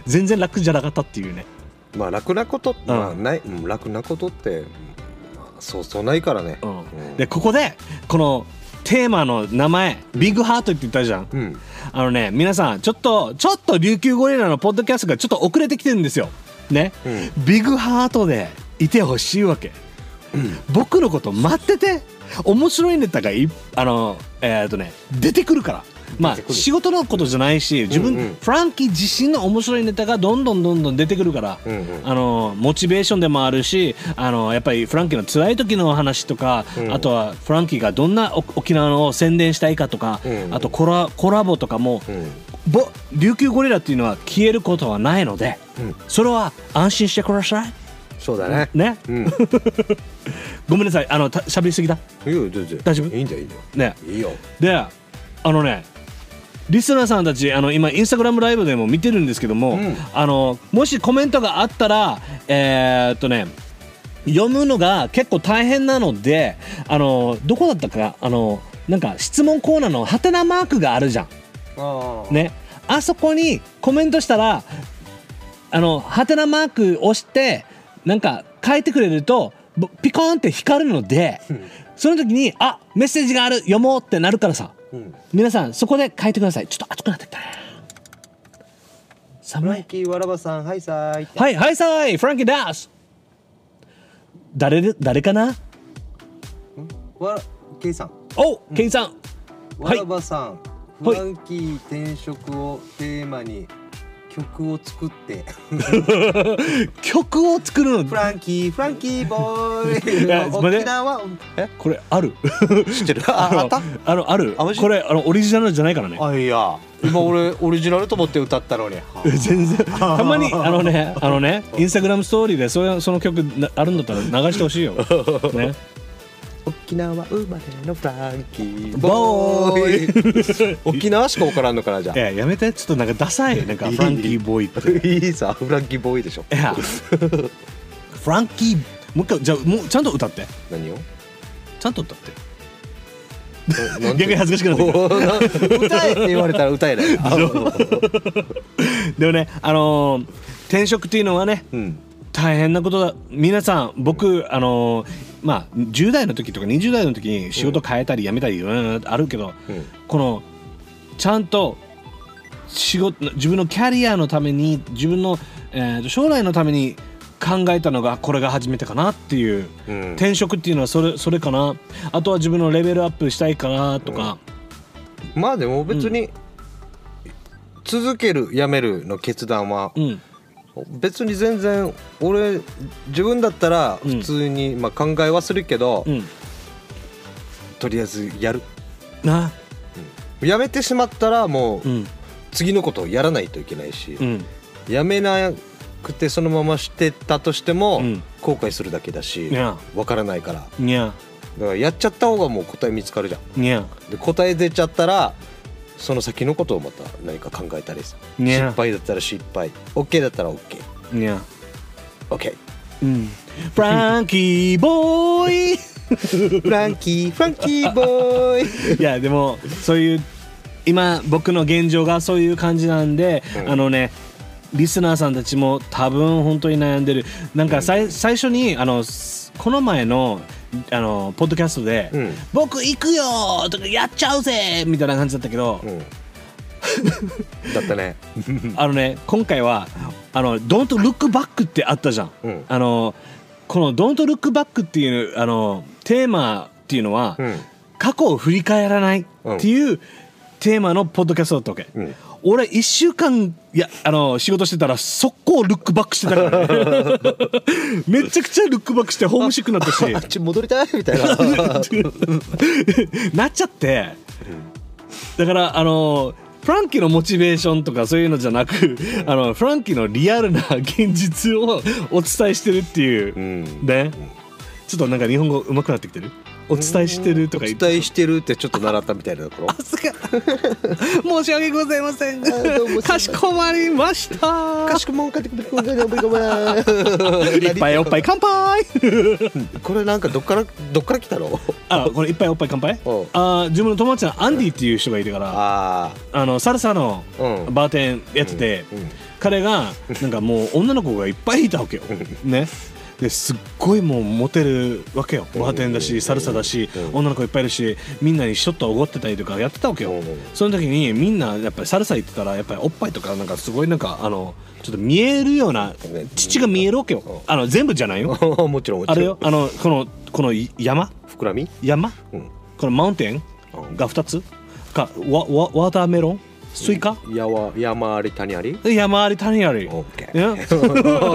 Speaker 2: 全然楽じゃなかったっていうね
Speaker 4: まあ楽なことまあないうん楽なことってまあそうそうないからね
Speaker 2: うん
Speaker 4: ん
Speaker 2: でここでこのテーマの名前ビッグハートって言ったじゃん、
Speaker 4: うん
Speaker 2: あのね皆さんちょっとちょっと琉球ゴリラのポッドキャストがちょっと遅れてきてるんですよね、
Speaker 4: う
Speaker 2: ビッグハートでいてほしいわけ、僕のこと待ってて面白いネタがいあのえー、とね出てくるからまあ仕事のことじゃないし自分、
Speaker 4: うんうん
Speaker 2: フランキー自身の面白いネタがどんどんどんどん出てくるから、
Speaker 4: うんうん
Speaker 2: あのモチベーションでもあるしあのやっぱりフランキーの辛い時のお話とか、
Speaker 4: ん
Speaker 2: あとはフランキーがどんなお沖縄を宣伝したいかとか、
Speaker 4: うん
Speaker 2: あとコラコラボとかも、
Speaker 4: うん
Speaker 2: ぼ琉球ゴリラっていうのは消えることはないので、
Speaker 4: うん
Speaker 2: それは安心してください
Speaker 4: そうだね
Speaker 2: ね
Speaker 4: うんい
Speaker 2: ごめんなさいあのた喋りすぎだ
Speaker 4: や全然
Speaker 2: 大丈夫
Speaker 4: いいんだよいいんだよ
Speaker 2: ね
Speaker 4: いいよ
Speaker 2: であのねリスナーさんたちあの今インスタグラムライブでも見てるんですけども、
Speaker 4: ん
Speaker 2: あのもしコメントがあったらえーっとね読むのが結構大変なのであのどこだったかあのなんか質問コーナーのハテナマークがあるじゃん。
Speaker 5: ああ、
Speaker 2: ね、あそこにコメントしたらあのハテナマーク押してなんか書いてくれるとぼピコーンって光るのでその時にあメッセージがある読もうってなるからさ
Speaker 4: うん
Speaker 2: 皆さんそこで書いてくださいちょっと熱くなってきた
Speaker 5: フラン
Speaker 2: 寒い
Speaker 5: キーわらばさんはいさーい
Speaker 2: はいはいさいフランキーダッシュ誰で誰かな
Speaker 5: わケイさん
Speaker 2: おケンさん
Speaker 5: わ
Speaker 2: はい
Speaker 5: らばさん、
Speaker 2: はい
Speaker 5: フランキー転職をテーマに曲を作って
Speaker 2: 曲を作る
Speaker 5: フ
Speaker 2: の
Speaker 5: ランキーフランキーボー
Speaker 2: *laughs* いや
Speaker 5: イ
Speaker 2: すいません
Speaker 5: 沖縄
Speaker 2: これある
Speaker 4: 知ってるあ
Speaker 2: *laughs*
Speaker 4: あった
Speaker 2: あのある
Speaker 4: あマジ
Speaker 2: これあのオリジナルじゃないからね
Speaker 4: あいや今俺オリジナルと思って歌っ
Speaker 2: *laughs*
Speaker 4: たのに
Speaker 2: 全然 *laughs* たまにあのねあのねインスタグラムストーリーでそういうその曲なあるんだったら流してほ *laughs* しいよ、ね、
Speaker 5: 沖縄生まれのフランキー
Speaker 4: ボーイ *laughs* 沖縄しか分からんのかなじゃ
Speaker 2: いややめてちょっとなんかダサいなんかフランキーボーイって
Speaker 4: あ *laughs* いいさフランキーボーイでしょ
Speaker 2: い *laughs* やフランキーもう一回じゃあもうちゃんと歌って
Speaker 4: 何を
Speaker 2: ちゃんと歌って
Speaker 4: ななんて
Speaker 2: 逆に恥ずかしくなってきた
Speaker 4: おーな歌えって言われたら歌え *laughs* ないな *laughs*
Speaker 2: でもねあのー転職っていうのはね
Speaker 4: うん
Speaker 2: 大変なことだ皆さん僕あのーまあ10代の時とか20代の時に仕事変えたり辞めたりいろいろあるけど、
Speaker 4: うん
Speaker 2: このちゃんと仕事自分のキャリアのために自分の、えーと将来のために考えたのがこれが初めてかなっていう、
Speaker 4: うん
Speaker 2: 転職っていうのはそれそれかなあとは自分のレベルアップしたいかなとか、
Speaker 4: まあでも別に続けるやめるの決断は
Speaker 2: うん
Speaker 4: 別に全然俺自分だったら普通にまあ考えはするけど
Speaker 2: うん
Speaker 4: とりあえずやる
Speaker 2: な
Speaker 4: やめてしまったらも
Speaker 2: う
Speaker 4: うん次のことをやらないといけないし
Speaker 2: うん
Speaker 4: やめなくてそのまましてたとしても
Speaker 2: うん
Speaker 4: 後悔するだけだし
Speaker 2: いや
Speaker 4: わからないからだか
Speaker 2: にゃ
Speaker 4: らやっちゃった方がもう答え見つかるじゃん
Speaker 2: にゃ
Speaker 4: で答え出ちゃったらその先のことをまた何か考えたりさ
Speaker 2: にゃ
Speaker 4: 失敗だったら失敗 OK だったら OKOK、
Speaker 2: にゃ
Speaker 4: OK
Speaker 2: うんフランキーボ *laughs* ーイ
Speaker 4: フランキ *laughs* ーフランキーボーイ
Speaker 2: いやでもそういう今僕の現状がそういう感じなんで、
Speaker 4: うん
Speaker 2: あのねリスナーさんたちも多分本当に悩んでるなんかさい、最初にあのすこの前のあのポッドキャストで「
Speaker 4: うん
Speaker 2: 僕行くよ!」とか「やっちゃうぜ!」みたいな感じだったけど、 *laughs*
Speaker 4: うんだったね
Speaker 2: あのね今回は「あの Don't Look Back」ってあったじゃん。
Speaker 4: うん
Speaker 2: あのこの「Don't Look Back」っていうあのテーマっていうのは、
Speaker 4: うん
Speaker 2: 過去を振り返らないっていうテーマのポッドキャストだったわけ、
Speaker 4: うん
Speaker 2: 俺1週間いやあの仕事してたら速攻ルックバックしてた
Speaker 4: *laughs*
Speaker 2: からねめちゃくちゃルックバックしてホームシックになったし *laughs*
Speaker 4: あっち戻りたいみたいな
Speaker 2: なっちゃってだからあのフランキーのモチベーションとかそういうのじゃなくあのフランキーのリアルな現実をお伝えしてるっていうう、
Speaker 4: ん
Speaker 2: ねちょっとなんか日本語上手くなってきてるお伝えしてると
Speaker 4: お
Speaker 2: か言って
Speaker 4: 伝えしてるってちょっと習ったみたいなところ
Speaker 2: すが *laughs* 申し訳ございません
Speaker 4: どうも
Speaker 2: かしこまりました
Speaker 4: かしこまんかってくれくれくれくれ
Speaker 2: 一杯おっぱい乾杯
Speaker 4: これなんかどっからどっから来たの
Speaker 2: *laughs* あこれ一杯おっぱい乾杯
Speaker 4: おう
Speaker 2: あー自分の友達のアンディっていう人がいるから
Speaker 4: あ
Speaker 2: あのサルサの
Speaker 4: あうん
Speaker 2: バーテンやってて、
Speaker 4: うん
Speaker 2: 彼がなんか
Speaker 4: *laughs*
Speaker 2: もう女の子がいっぱいいたわけよねですっごいもうモテるわけよバーテンだしサルサだし
Speaker 4: うん
Speaker 2: 女の子いっぱいいるしみんなにちょっとおごってたりとかやってたわけよ
Speaker 4: うん
Speaker 2: その時にみんなやっぱりサルサ行ってたらやっぱりおっぱいとかなんかすごいなんかあのちょっと見えるような父が見えるわけよあの全部じゃないよ
Speaker 4: もちろんもちろん
Speaker 2: あれよあのこのこの山
Speaker 4: 膨らみ
Speaker 2: 山
Speaker 4: うん
Speaker 2: このマウンテンが2つかわわワーターメロンスイカ
Speaker 4: やわ山あり谷あり
Speaker 2: 山あり谷あり
Speaker 4: オッケー
Speaker 2: ね
Speaker 4: オ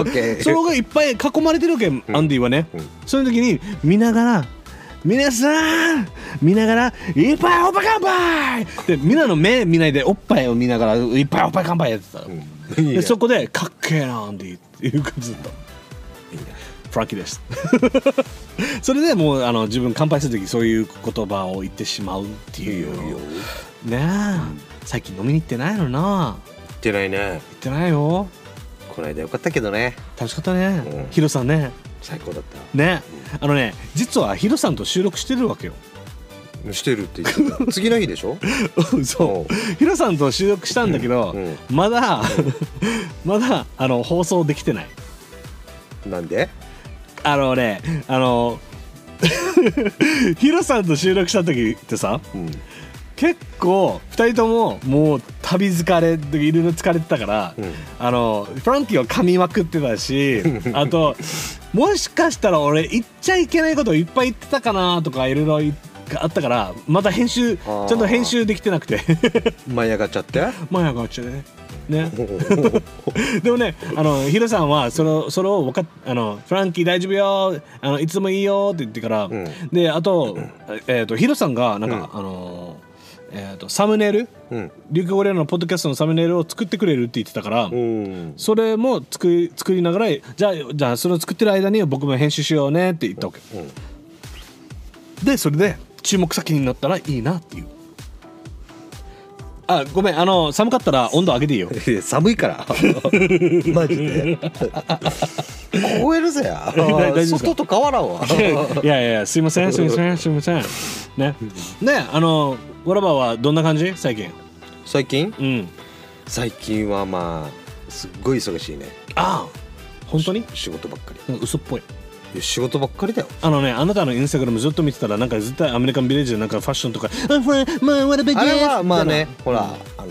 Speaker 4: ッケー
Speaker 2: それがいっぱい囲まれてるわけ、アンディはね、
Speaker 4: うん
Speaker 2: その時に見ながら皆さん見ながらいっぱいおっぱい乾杯でみんなの目見ないでおっぱいを見ながらいっぱいおっぱい乾杯やってた、
Speaker 4: いいね
Speaker 2: でそこでかっけえなアンディっていう感じだったフランキーです *laughs* それでもうあの自分乾杯する時そういう言葉を言ってしまうっていうよねえ、最近飲みに行ってないのな
Speaker 4: 言ってないね
Speaker 2: 行ってないよ
Speaker 4: この間よかったけどね
Speaker 2: 楽しかったね、
Speaker 4: うん
Speaker 2: ヒロさんね
Speaker 4: 最高だった
Speaker 2: ねあのね実はヒロさんと収録してるわ
Speaker 4: *laughs*
Speaker 2: けよ
Speaker 4: してるって言ってた次の日でしょ
Speaker 2: そううヒロさんと収録したんだけど、
Speaker 4: うん
Speaker 2: まだ *laughs* まだあの放送できてない
Speaker 4: なんで
Speaker 2: あのねあの *laughs* ヒロさんと収録した時ってさ、
Speaker 4: ん
Speaker 2: 結構2人とももう旅疲れいろいろ疲れてたから、
Speaker 4: ん
Speaker 2: あのフランキーは噛みまくってた
Speaker 4: *laughs*
Speaker 2: しあともしかしたら俺言っちゃいけないこといっぱい言ってたかなとかいろいろあったからまた編集ちゃんと編集できてなくて *laughs*
Speaker 4: 舞い上がっちゃって
Speaker 2: 前がっちゃね。ね、
Speaker 4: *laughs*
Speaker 2: でもねあのヒロさんはそれそれを分かっあの「フランキー大丈夫よあのいつでもいいよ」って言ってから、
Speaker 4: ん
Speaker 2: であと,、えー、とヒロさんがなんか、あの、えー、とサムネイル
Speaker 4: うん
Speaker 2: 琉球ゴリラのポッドキャストのサムネイルを作ってくれるって言ってたから、
Speaker 4: うん
Speaker 2: それも作り作りながらじゃあじゃあそれを作ってる間に僕も編集しようねって言ったわけ、
Speaker 4: うん
Speaker 2: でそれで注目先になったらいいなっていうあごめんあの寒かったら温度上げていい
Speaker 4: *laughs*
Speaker 2: よ
Speaker 4: いや寒いから
Speaker 2: *laughs*
Speaker 4: マジで凍えるぜや
Speaker 2: 大丈夫ですか
Speaker 4: 外と変わらんわ
Speaker 2: いやいやいやすいませんすいませんすいませんねねあのわらばはどんな感じ *laughs* 最近
Speaker 4: 最近
Speaker 2: うん
Speaker 4: 最近はまあすっごい忙しいね
Speaker 2: ああ本当に
Speaker 4: 仕事ばっかり
Speaker 2: なんか嘘っぽい
Speaker 4: いや仕事ばっかりだよ
Speaker 2: あのねあなたのインスタグラムずっと見てたらなんか絶対アメリカンビレッジのなんかファッションとかあほらまあわらば
Speaker 4: あれはまあ
Speaker 2: ね
Speaker 4: ねほらあの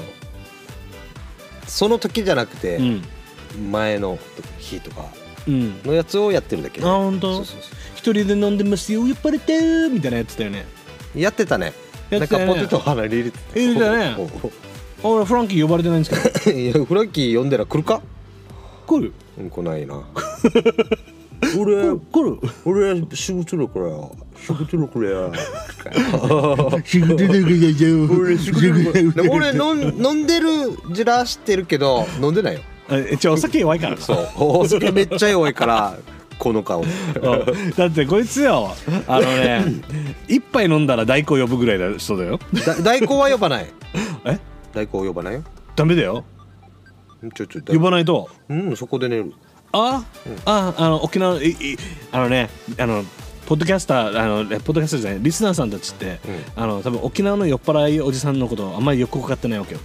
Speaker 4: その時じゃなくて
Speaker 2: うん
Speaker 4: 前の日とか
Speaker 2: うん
Speaker 4: のやつをやってるだけ
Speaker 2: あ本当
Speaker 4: そうそうそ
Speaker 2: 一人で飲んでますよ酔っ払ってるみたいなやつだよね
Speaker 4: うやってたね
Speaker 2: やっ
Speaker 4: な
Speaker 2: てた
Speaker 4: んか
Speaker 2: よね
Speaker 4: ポテト鼻に入れてた
Speaker 2: 入れてたねあ俺フランキー呼ばれてないんですけ *laughs* ど
Speaker 4: *laughs* いやフランキー呼んでら来るか
Speaker 2: 来る
Speaker 4: うん来ない *laughs* な
Speaker 2: 来
Speaker 4: 俺
Speaker 2: る来る
Speaker 4: 俺仕事だから仕事だから
Speaker 2: 仕事だからじゃあ
Speaker 4: 俺仕事だから俺飲ん飲んでるじらしてるけど飲んでないよ
Speaker 2: あ *laughs* 一応お酒弱いから
Speaker 4: そうお酒めっちゃ弱いからこの顔
Speaker 2: うんだってこいつよあのね *laughs* 一杯飲んだら代行呼ぶぐらいの人だよ
Speaker 4: だ大根は呼ばない
Speaker 2: え
Speaker 4: 大根は呼ばないよ
Speaker 2: ダメだよ
Speaker 4: ちょちょ
Speaker 2: 呼ばないと
Speaker 4: うんそこで寝る
Speaker 2: あ、ああの沖縄いいあのねあのポッドキャスターあのえポッドキャスターじゃないリスナーさんたちって、あの多分沖縄の酔っ払いおじさんのことをあんまりよく分かってないわけよ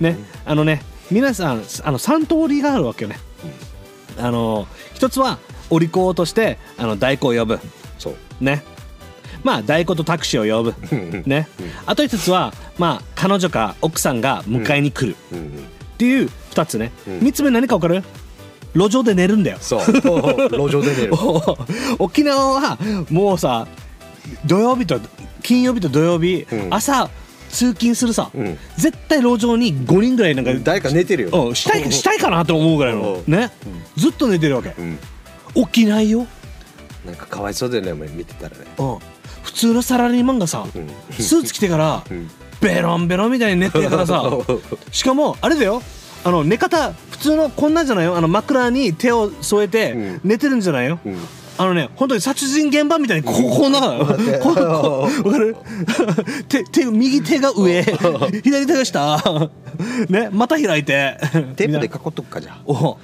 Speaker 2: ね、あのね皆さんあの3通りがあるわけよね、あの一つはお利口としてあの代行を呼ぶ
Speaker 4: そう
Speaker 2: ねまあ代行とタクシーを呼ぶねあと一つはまあ彼女か奥さんが迎えに来る、
Speaker 4: うんうん
Speaker 2: っていう2つね、三3つ目何か分かる路上で寝るんだよ
Speaker 4: そう *laughs* 路上で寝る
Speaker 2: *laughs* 沖縄はもうさ土曜日と金曜日と土曜日、
Speaker 4: うん
Speaker 2: 朝通勤するさ、
Speaker 4: ん
Speaker 2: 絶対路上に5人ぐらいなんか、
Speaker 4: 誰か寝てるよ
Speaker 2: うん、したいしたいかなと思うぐらいの
Speaker 4: うん
Speaker 2: ね、ずっと寝てるわけ
Speaker 4: うん
Speaker 2: 起きないよ、
Speaker 4: なんかかわいそうだよねお前見てたらね
Speaker 2: うん、普通のサラリーマンがさ、
Speaker 4: ん
Speaker 2: スーツ着てから、
Speaker 4: ん
Speaker 2: ベロンベロンみたいに寝てるからさしかもあれだよあの寝方普通のこんなんじゃないよあの枕に手を添えて
Speaker 4: ん
Speaker 2: 寝てるんじゃないよ、
Speaker 4: ん
Speaker 2: あのね本当に殺人現場みたいにこうこう
Speaker 4: *laughs*
Speaker 2: なのよこうこうわかる手手右手が上左手が下ねまた開いて
Speaker 4: テープで
Speaker 2: みたいな
Speaker 4: 囲っとくかじゃ
Speaker 2: お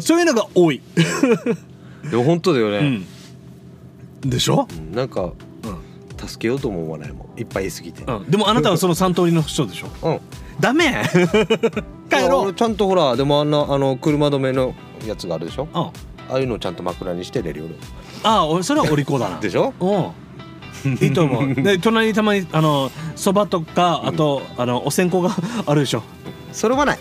Speaker 2: そういうのが多い、
Speaker 4: あでも本当だよ
Speaker 2: う
Speaker 4: ね、
Speaker 2: ん、でしょ、
Speaker 4: うんなんか、助けようとも思わないもんいっぱい言いすぎてう
Speaker 2: うん、でもあなたはその3通りの人でしょ
Speaker 4: ん
Speaker 2: ダメ *laughs* 帰ろ
Speaker 4: 俺
Speaker 2: う
Speaker 4: ちゃんとほらでもあんなあの車止めのやつがあるでしょ
Speaker 2: あ
Speaker 4: ああいうのをちゃんと枕にして寝るよ俺
Speaker 2: あ俺それはお利口だな
Speaker 4: でしょ
Speaker 2: うんいいと
Speaker 4: *laughs*
Speaker 2: 思うで隣にたまにあのそばとかあと、あのお線香があるでしょ
Speaker 4: それはない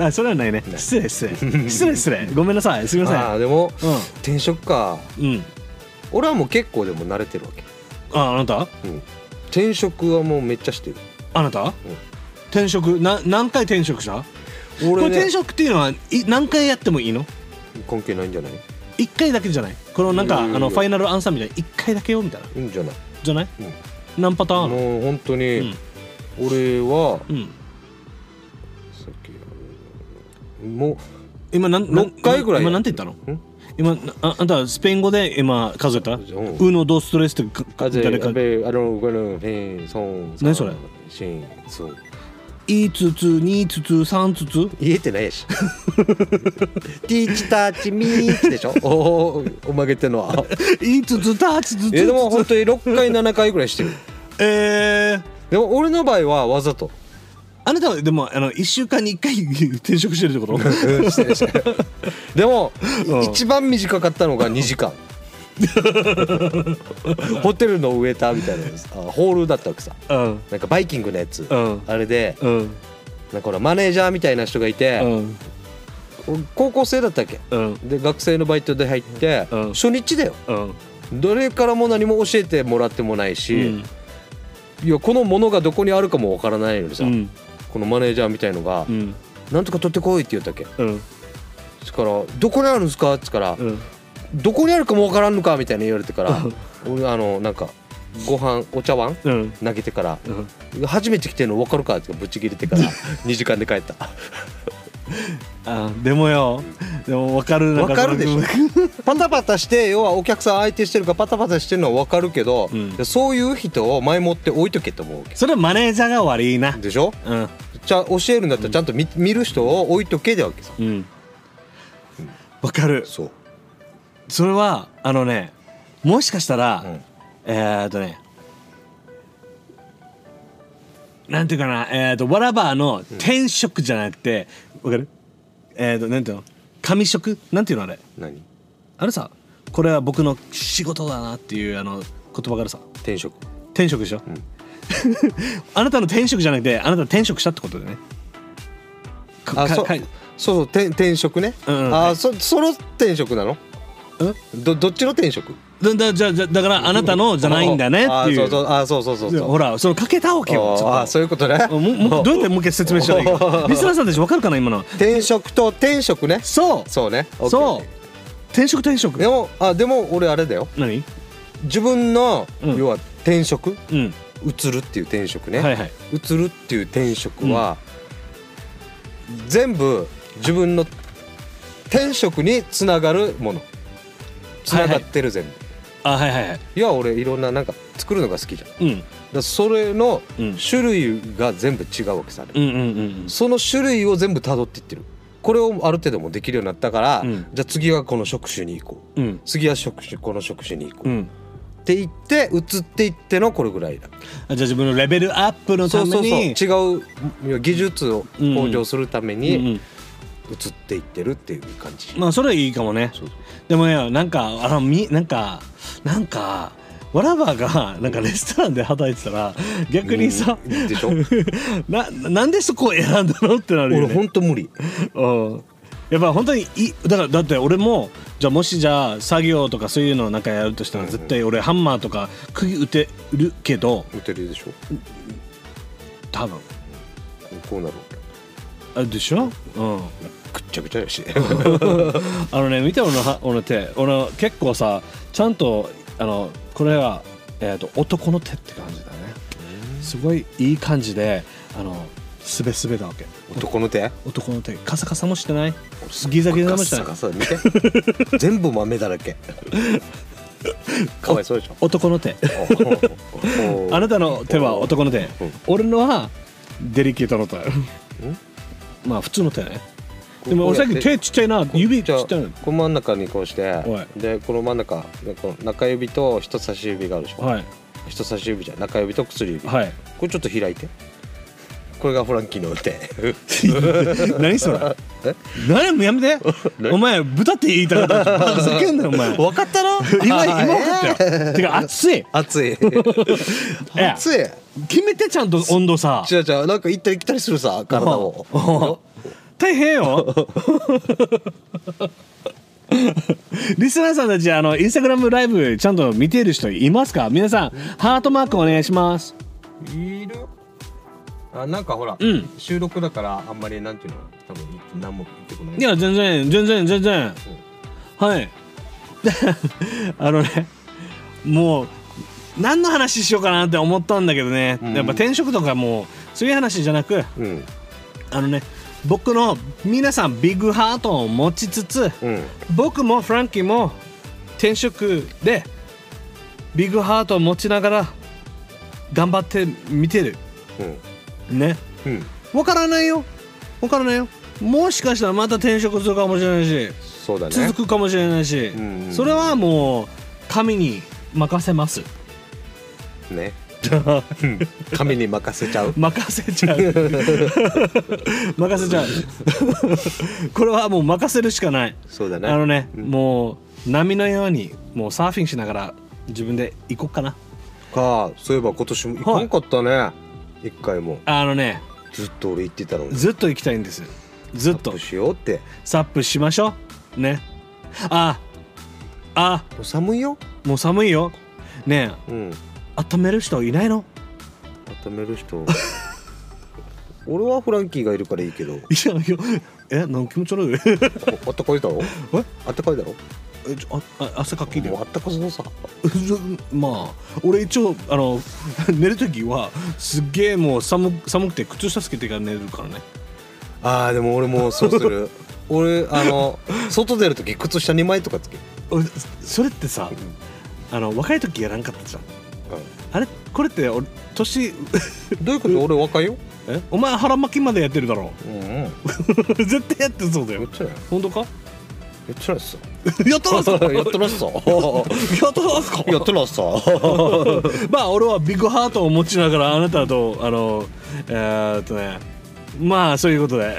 Speaker 2: あそれはないね失礼失礼失礼失礼ごめんなさいすみません
Speaker 4: ああでも、
Speaker 2: うん
Speaker 4: 転職か
Speaker 2: うん
Speaker 4: 俺はもう結構でも慣れてるわけ、
Speaker 2: ああなた
Speaker 4: うん、転職はもうめっちゃしてる
Speaker 2: あなた、転職な何回転職したこれ
Speaker 4: 俺ね
Speaker 2: 転職っていうのはい何回やってもいいの
Speaker 4: 関係ないんじゃない
Speaker 2: 一回だけじゃないこのなんか
Speaker 4: いやいやいや
Speaker 2: あのファイナルアンサーみたいな一回だけよみたいない
Speaker 4: いんじゃない
Speaker 2: じゃない、
Speaker 4: うん
Speaker 2: 何パターンあるの
Speaker 4: もう本当に、俺は
Speaker 2: うん
Speaker 4: さっきも
Speaker 2: 今なん
Speaker 4: 六回ぐらい
Speaker 2: 今なんて言ったの
Speaker 4: ん
Speaker 2: 今なああんたスペイン語で今数えた「う
Speaker 4: うん
Speaker 2: のどストレス」って
Speaker 4: うあ
Speaker 2: か誰か
Speaker 4: べあのこのへんそん
Speaker 2: 何それ
Speaker 4: しんそう
Speaker 2: いつつにつつ三つつ
Speaker 4: 言えてないやしティーチターチミーチでし *laughs* ょおお曲げてんのはい
Speaker 2: つつたつつつ
Speaker 4: えでも本当に6回7回ぐらいしてる
Speaker 2: えー、
Speaker 4: でも俺の場合はわざと
Speaker 2: あなたはでもあの1週間に1回 *laughs* 転職
Speaker 4: *laughs*
Speaker 2: してるってこと
Speaker 4: うんしてるしてるでも、
Speaker 2: うん
Speaker 4: 一番短かったのが2時間ホテルのウエーターみたいなのですあホールだったわけさ
Speaker 2: うん
Speaker 4: なんかバイキングのやつ、
Speaker 2: うん
Speaker 4: あれで
Speaker 2: うん
Speaker 4: なんかほらマネージャーみたいな人がいて、
Speaker 2: うん
Speaker 4: 高校生だったっけ
Speaker 2: うん
Speaker 4: で学生のバイトで入って、
Speaker 2: うん
Speaker 4: 初日だよ
Speaker 2: うん
Speaker 4: 誰からも何も教えてもらってもないし、いやこのものがどこにあるかもわからないのにさ、
Speaker 2: うん
Speaker 4: このマネージャーみたいのが
Speaker 2: うんうん
Speaker 4: 「なんとか取ってこい」って言ったっけ
Speaker 2: うん
Speaker 4: そしたら「どこにあるんですか?」っつったら、
Speaker 2: うん
Speaker 4: どこにあるかもわからんのか」みたいな言われてから
Speaker 2: うん
Speaker 4: 俺あのなんかご飯お茶碗
Speaker 2: うん
Speaker 4: 投げてから
Speaker 2: うん
Speaker 4: 「初めて来てるの分かるか?」ってぶち切れ
Speaker 2: *laughs*
Speaker 4: てから2時間で帰った
Speaker 2: あでもよでも分かるなん
Speaker 4: 分かるでしょパタパタして要はお客さん相手してるからパタパタしてるのは分かるけど、
Speaker 2: うん
Speaker 4: そういう人を前もって置いとけと思うわけ
Speaker 2: それマネージャーが悪いな
Speaker 4: でしょ
Speaker 2: うん
Speaker 4: じゃあ教えるんだったらちゃんと見,、見る人を置いとけでわけさ
Speaker 2: うん分かる
Speaker 4: そう
Speaker 2: それはあのねもしかしたら、
Speaker 4: うん
Speaker 2: えーっとねなんていうかなえーっとわらばの転職じゃなくてわ、かるえーっとなんていうの紙職なんていうのあれ
Speaker 4: 何
Speaker 2: あれさこれは僕の仕事だなっていうあの言葉からさ
Speaker 4: 転職
Speaker 2: 転職でしょ、 *laughs* あなたの転職じゃなくてあなた転職したってことだよねか
Speaker 4: あ
Speaker 2: か
Speaker 4: そ
Speaker 2: か
Speaker 4: そうそう転転職ね、
Speaker 2: うんうんは
Speaker 4: あそソロ転職なのどどっちの転職
Speaker 2: だだじゃあじゃあだからあなたのじゃないんだねっていう
Speaker 4: あそうそうあそうそうそうそう
Speaker 2: ほらそのかけたわけよちょっと
Speaker 4: ああそういうことね
Speaker 2: ももどうやってもう一回説明したらいいかリスナーさんたち分かるかな今の
Speaker 4: 転職と転職ね
Speaker 2: そう
Speaker 4: そうね
Speaker 2: そう
Speaker 4: OK
Speaker 2: 転職転職
Speaker 4: でもあでも俺あれだよ
Speaker 2: 何
Speaker 4: 自分の、
Speaker 2: うん
Speaker 4: 要は転職
Speaker 2: うん
Speaker 4: 移るっていう転職ね、
Speaker 2: はいはい
Speaker 4: 移るっていう転職は、全部自分の転職につながるものつながってる全部、
Speaker 2: あはいはいはい
Speaker 4: いや俺いろんななんか作るのが好きじゃんだか
Speaker 2: うん
Speaker 4: らそれの
Speaker 2: うん
Speaker 4: 種類が全部違うわけさ、ね
Speaker 2: うんうんうん
Speaker 4: その種類を全部辿っていってるこれをある程度もうできるようになったから、
Speaker 2: うん
Speaker 4: じゃあ次はこの職種に行こう
Speaker 2: うんうん
Speaker 4: 次は職種この職種に行こう、
Speaker 2: う
Speaker 4: っ
Speaker 2: ん
Speaker 4: て言って移っていってのこれぐらいだ
Speaker 2: あじゃあ自分のレベルアップの
Speaker 4: そ
Speaker 2: た
Speaker 4: う
Speaker 2: め
Speaker 4: そうそう違
Speaker 2: に
Speaker 4: う要は技術を向上するため
Speaker 2: うんう
Speaker 4: に
Speaker 2: ん
Speaker 4: 移っていってるっていう感じ、
Speaker 2: まあそれはいいかもね
Speaker 4: そうそう
Speaker 2: でもねなんかあのみなんかなんかわらばがなんかレストランで働いてたら逆にさ、
Speaker 4: うんでしょ
Speaker 2: ななんでそこを選んだのってなるよね
Speaker 4: 俺ほんと無理
Speaker 2: うんやっぱ本当にいいだからだって俺もじゃあもしじゃあ作業とかそういうのをなんかやるとしたら絶対俺ハンマーとか釘打てるけど
Speaker 4: 打てるでしょ
Speaker 2: 多分
Speaker 4: こうなる
Speaker 2: あでしょ *laughs* うん
Speaker 4: ぐっちゃぐちゃやし
Speaker 2: あのね見て俺のは俺の手俺の結構さちゃんとあのこれは、えー、と男の手って感じだねすごいいい感じであのすべすべだわけ
Speaker 4: 男の手
Speaker 2: 男の手カサカサもしてないギザギザもしてない
Speaker 4: ガッサガサ見て全部豆だらけかわいそうでしょ
Speaker 2: 男の手あなたの手は男の手
Speaker 4: うん
Speaker 2: 俺のはデリケートの手まあ普通の手ねでも俺さっき手ちっちゃいな指ち
Speaker 4: じゃあ
Speaker 2: っちゃいの
Speaker 4: この真ん中にこうして
Speaker 2: おい
Speaker 4: でこの真ん中でこの中指と人差し指があるでしょ、
Speaker 2: はい
Speaker 4: 人差し指じゃん中指と薬指、 *laughs*
Speaker 2: はい
Speaker 4: これちょっと開いてこれがフランキーの手
Speaker 2: 何それ
Speaker 4: え
Speaker 2: 何やめてお前豚って言いたかったでしょバカ叫んだよ
Speaker 4: *laughs*
Speaker 2: お前
Speaker 4: 分かったろ
Speaker 2: 今今分かったよてか熱い
Speaker 4: 熱い
Speaker 2: いや
Speaker 4: 熱い
Speaker 2: 決めてちゃんと温度さ
Speaker 4: 違う違うなんか行ったり来たりするさ体を
Speaker 2: 大変よ *laughs* リスナーさんたちあのインスタグラムライブちゃんと見てる人いますか皆さんハートマークお願いします
Speaker 5: いるあなんかほら、
Speaker 2: うん
Speaker 5: 収録だからあんまりなんていうの多分何も言ってこない
Speaker 2: いや全然全然全然はい *laughs* あのねもう何の話しようかなって思ったんだけどね、やっぱ転職とかもうそういう話じゃなく
Speaker 4: うん
Speaker 2: あのね僕の皆さんビッグハートを持ちつつ、
Speaker 4: うん
Speaker 2: 僕もフランキーも転職でビッグハートを持ちながら頑張って見てる
Speaker 4: うん
Speaker 2: ね
Speaker 4: うん
Speaker 2: わからないよわからないよもしかしたらまた転職するかもしれないし
Speaker 4: そうだね
Speaker 2: 続くかもしれないし、
Speaker 4: んうん
Speaker 2: それはもう神に任せます
Speaker 4: ねうん神に任せちゃ *laughs* う
Speaker 2: 任せちゃ *laughs* う任せちゃうこれはもう任せるしかない
Speaker 4: そうだね
Speaker 2: あのね、もう波のようにもうサーフィンしながら自分で行こうかな
Speaker 4: かそういえば今年も行かんかったね、一回も
Speaker 2: あのね
Speaker 4: ずっと俺行ってたのに
Speaker 2: ずっと行きたいんですずっ
Speaker 4: ど
Speaker 2: と
Speaker 4: うしようって
Speaker 2: サップしましょうねああ
Speaker 4: もう寒いよ
Speaker 2: もう寒いよねえ
Speaker 4: うん
Speaker 2: 温める人いないの
Speaker 4: 温める *laughs* 人俺はフランキーがいるからいいけど
Speaker 2: いやいやえなんか気持ち悪い *laughs*
Speaker 4: あったかいだろ
Speaker 2: え
Speaker 4: あったかいだろ
Speaker 2: えちょああ汗かきで
Speaker 4: もうあったかさのさ
Speaker 2: *laughs* まあ俺一応あの *laughs* 寝る時はすっげえもう寒寒くて靴下つけてから寝るからね
Speaker 4: あーでも俺もうそうす *laughs* る俺あの外出る時靴下2枚とかつける
Speaker 2: 俺それってさあの若い時やらんかったじゃんあれこれって俺年 *laughs*
Speaker 4: どういうこと俺若いよ
Speaker 2: えお前腹巻きまでやってるだろ
Speaker 4: うんうん
Speaker 2: *laughs* 絶対やってそうだ
Speaker 4: めっ
Speaker 2: よ
Speaker 4: ちゃない
Speaker 2: 本当か
Speaker 4: めっちゃないっす
Speaker 2: やったらさ
Speaker 4: *laughs* やってらっしゃ
Speaker 2: やったらすか
Speaker 4: やってらっしゃ
Speaker 2: *laughs* まあ俺はビッグハートを持ちながらあなたとあのえー、っとねまあそういうことで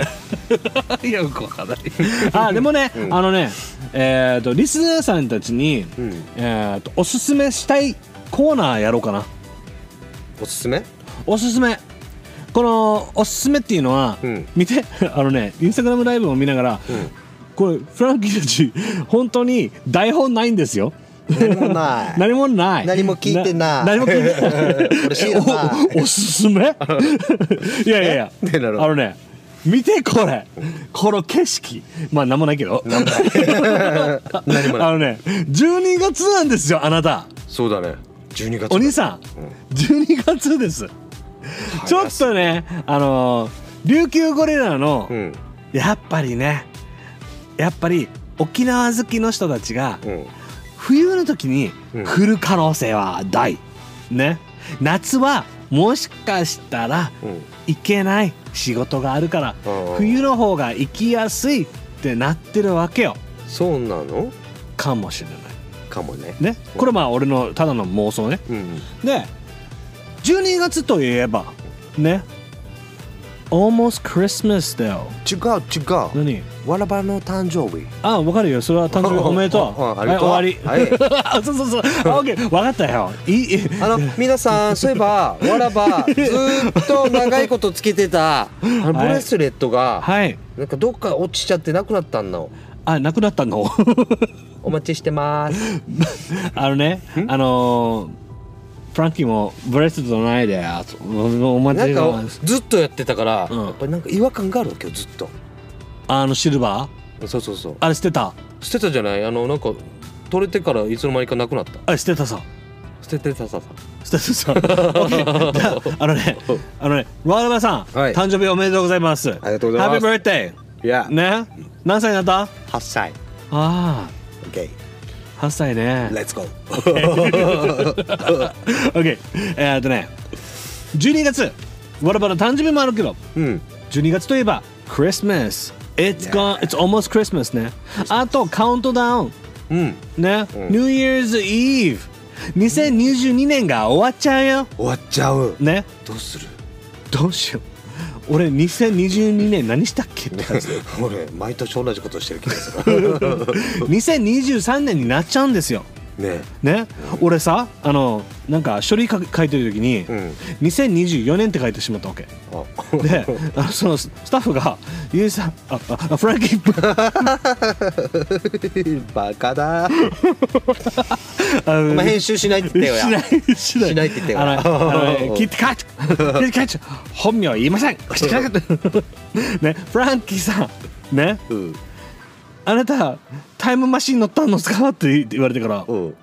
Speaker 2: *laughs* よくわかんないあでもね、
Speaker 4: うん
Speaker 2: あのねえー、っとリスナーさんたちに、
Speaker 4: うん
Speaker 2: えー、っとおすすめしたいコーナーやろうかな
Speaker 4: おす *laughs* すめ
Speaker 2: おすすめこのおすすめっていうのは、
Speaker 4: うん
Speaker 2: 見て *laughs* あのねインスタグラムライブを見ながら、
Speaker 4: ん
Speaker 2: これフランキーたち本当に台本ないんですよ
Speaker 4: 何もな
Speaker 2: 何もない
Speaker 4: 何も聞いてない
Speaker 2: 何も聞いて
Speaker 4: *laughs*
Speaker 2: ない
Speaker 4: 俺知ら *laughs* ない
Speaker 2: えおおすすめ *laughs* いやいやいや
Speaker 4: えってなる
Speaker 2: あのね見てこれこの景色まあ何もないけど *laughs* あ
Speaker 4: 何もない
Speaker 2: のね12月なんですよあなた
Speaker 4: そうだね12月
Speaker 2: お兄さん12月ですちょっとねあのー琉球ゴリラの
Speaker 4: うん
Speaker 2: やっぱりねやっぱり沖縄好きの人たちが
Speaker 4: うん
Speaker 2: 冬の時に
Speaker 4: うん
Speaker 2: 来る可能性は大、ね夏はもしかしたら
Speaker 4: うん
Speaker 2: 行けない仕事があるから
Speaker 4: ああ
Speaker 2: 冬の方が行きやすいってなってるわけよ
Speaker 4: そうなの
Speaker 2: かもしれな
Speaker 4: かもね
Speaker 2: いねこれまあ俺のただの妄想ね
Speaker 4: うん
Speaker 2: で12月といえばね Almost Christmas だよ
Speaker 4: 違う違
Speaker 2: 何
Speaker 4: うわらばの誕生日
Speaker 2: あわかるよそれは誕生日おめでとう
Speaker 4: *laughs* ああり
Speaker 2: はい
Speaker 4: がと
Speaker 2: 終
Speaker 4: う
Speaker 2: わり、
Speaker 4: は
Speaker 2: *laughs* あそうそうそうあ OK 分かったよいいい
Speaker 4: あの皆さんそういえばわらばずーっと長いことつけてたあのブレスレットが
Speaker 2: はい
Speaker 4: なんかどっか落ちちゃってなくなったんの
Speaker 2: あなくなったの *laughs*
Speaker 4: お待ちしてます
Speaker 2: あのねあのー、フランキーもブレストないであとおお待
Speaker 4: な
Speaker 2: ちし
Speaker 4: ん
Speaker 2: て
Speaker 4: か
Speaker 2: ます
Speaker 4: ずっとやってたから
Speaker 2: うん
Speaker 4: やっぱりなんか違和感があるわけよずっと
Speaker 2: あのシルバー
Speaker 4: そうそうそう
Speaker 2: あれ捨てた
Speaker 4: 捨てたじゃないあのなんか取れてからいつの間にかなくなった
Speaker 2: あれ捨てたさ
Speaker 4: 捨ててたささ
Speaker 2: 捨てた
Speaker 4: *laughs*
Speaker 2: さ OK じゃああのねあのねワールバさん、
Speaker 4: はい
Speaker 2: 誕生日おめでとうございますあり
Speaker 4: がとうございます
Speaker 2: Happy birthday
Speaker 4: いや
Speaker 2: ね何歳になったあ
Speaker 4: 8歳
Speaker 2: あ
Speaker 4: OK
Speaker 2: 8歳ね
Speaker 4: Let's *laughs* go
Speaker 2: *laughs* OK えーっとね12月ワルバの誕生日もあるけど
Speaker 4: うん
Speaker 2: 12月といえばクリスマス It's gone It's almost Christmas ねあとカウントダウン
Speaker 4: うん
Speaker 2: ね、
Speaker 4: ん
Speaker 2: New Year's Eve 2022年が終わっちゃうよ
Speaker 4: 終わっちゃう
Speaker 2: ね
Speaker 4: どうする
Speaker 2: どうしよう俺2022年何したっけって感じ
Speaker 4: *laughs* 俺毎年同じことしてる気がす *laughs* る
Speaker 2: 2023年になっちゃうんですよ
Speaker 4: ね
Speaker 2: ね俺さあのなんか書類か書いてる時に、
Speaker 4: ん
Speaker 2: 2024年って書いてしまったわけ
Speaker 4: あ
Speaker 2: であのそのススタッフが「ゆうさんあああフランキー
Speaker 4: *laughs* バカだ
Speaker 2: あの
Speaker 4: お前編集しないって言ってよや
Speaker 2: しないしない
Speaker 4: しないって言ってよ
Speaker 2: あのあ
Speaker 4: *laughs*
Speaker 2: のね聞いて帰って聞いて帰って本名言いません口利かなかったねフランキーさんね
Speaker 4: うん
Speaker 2: あなたタイムマシン乗ったんですかって言われてから
Speaker 4: うん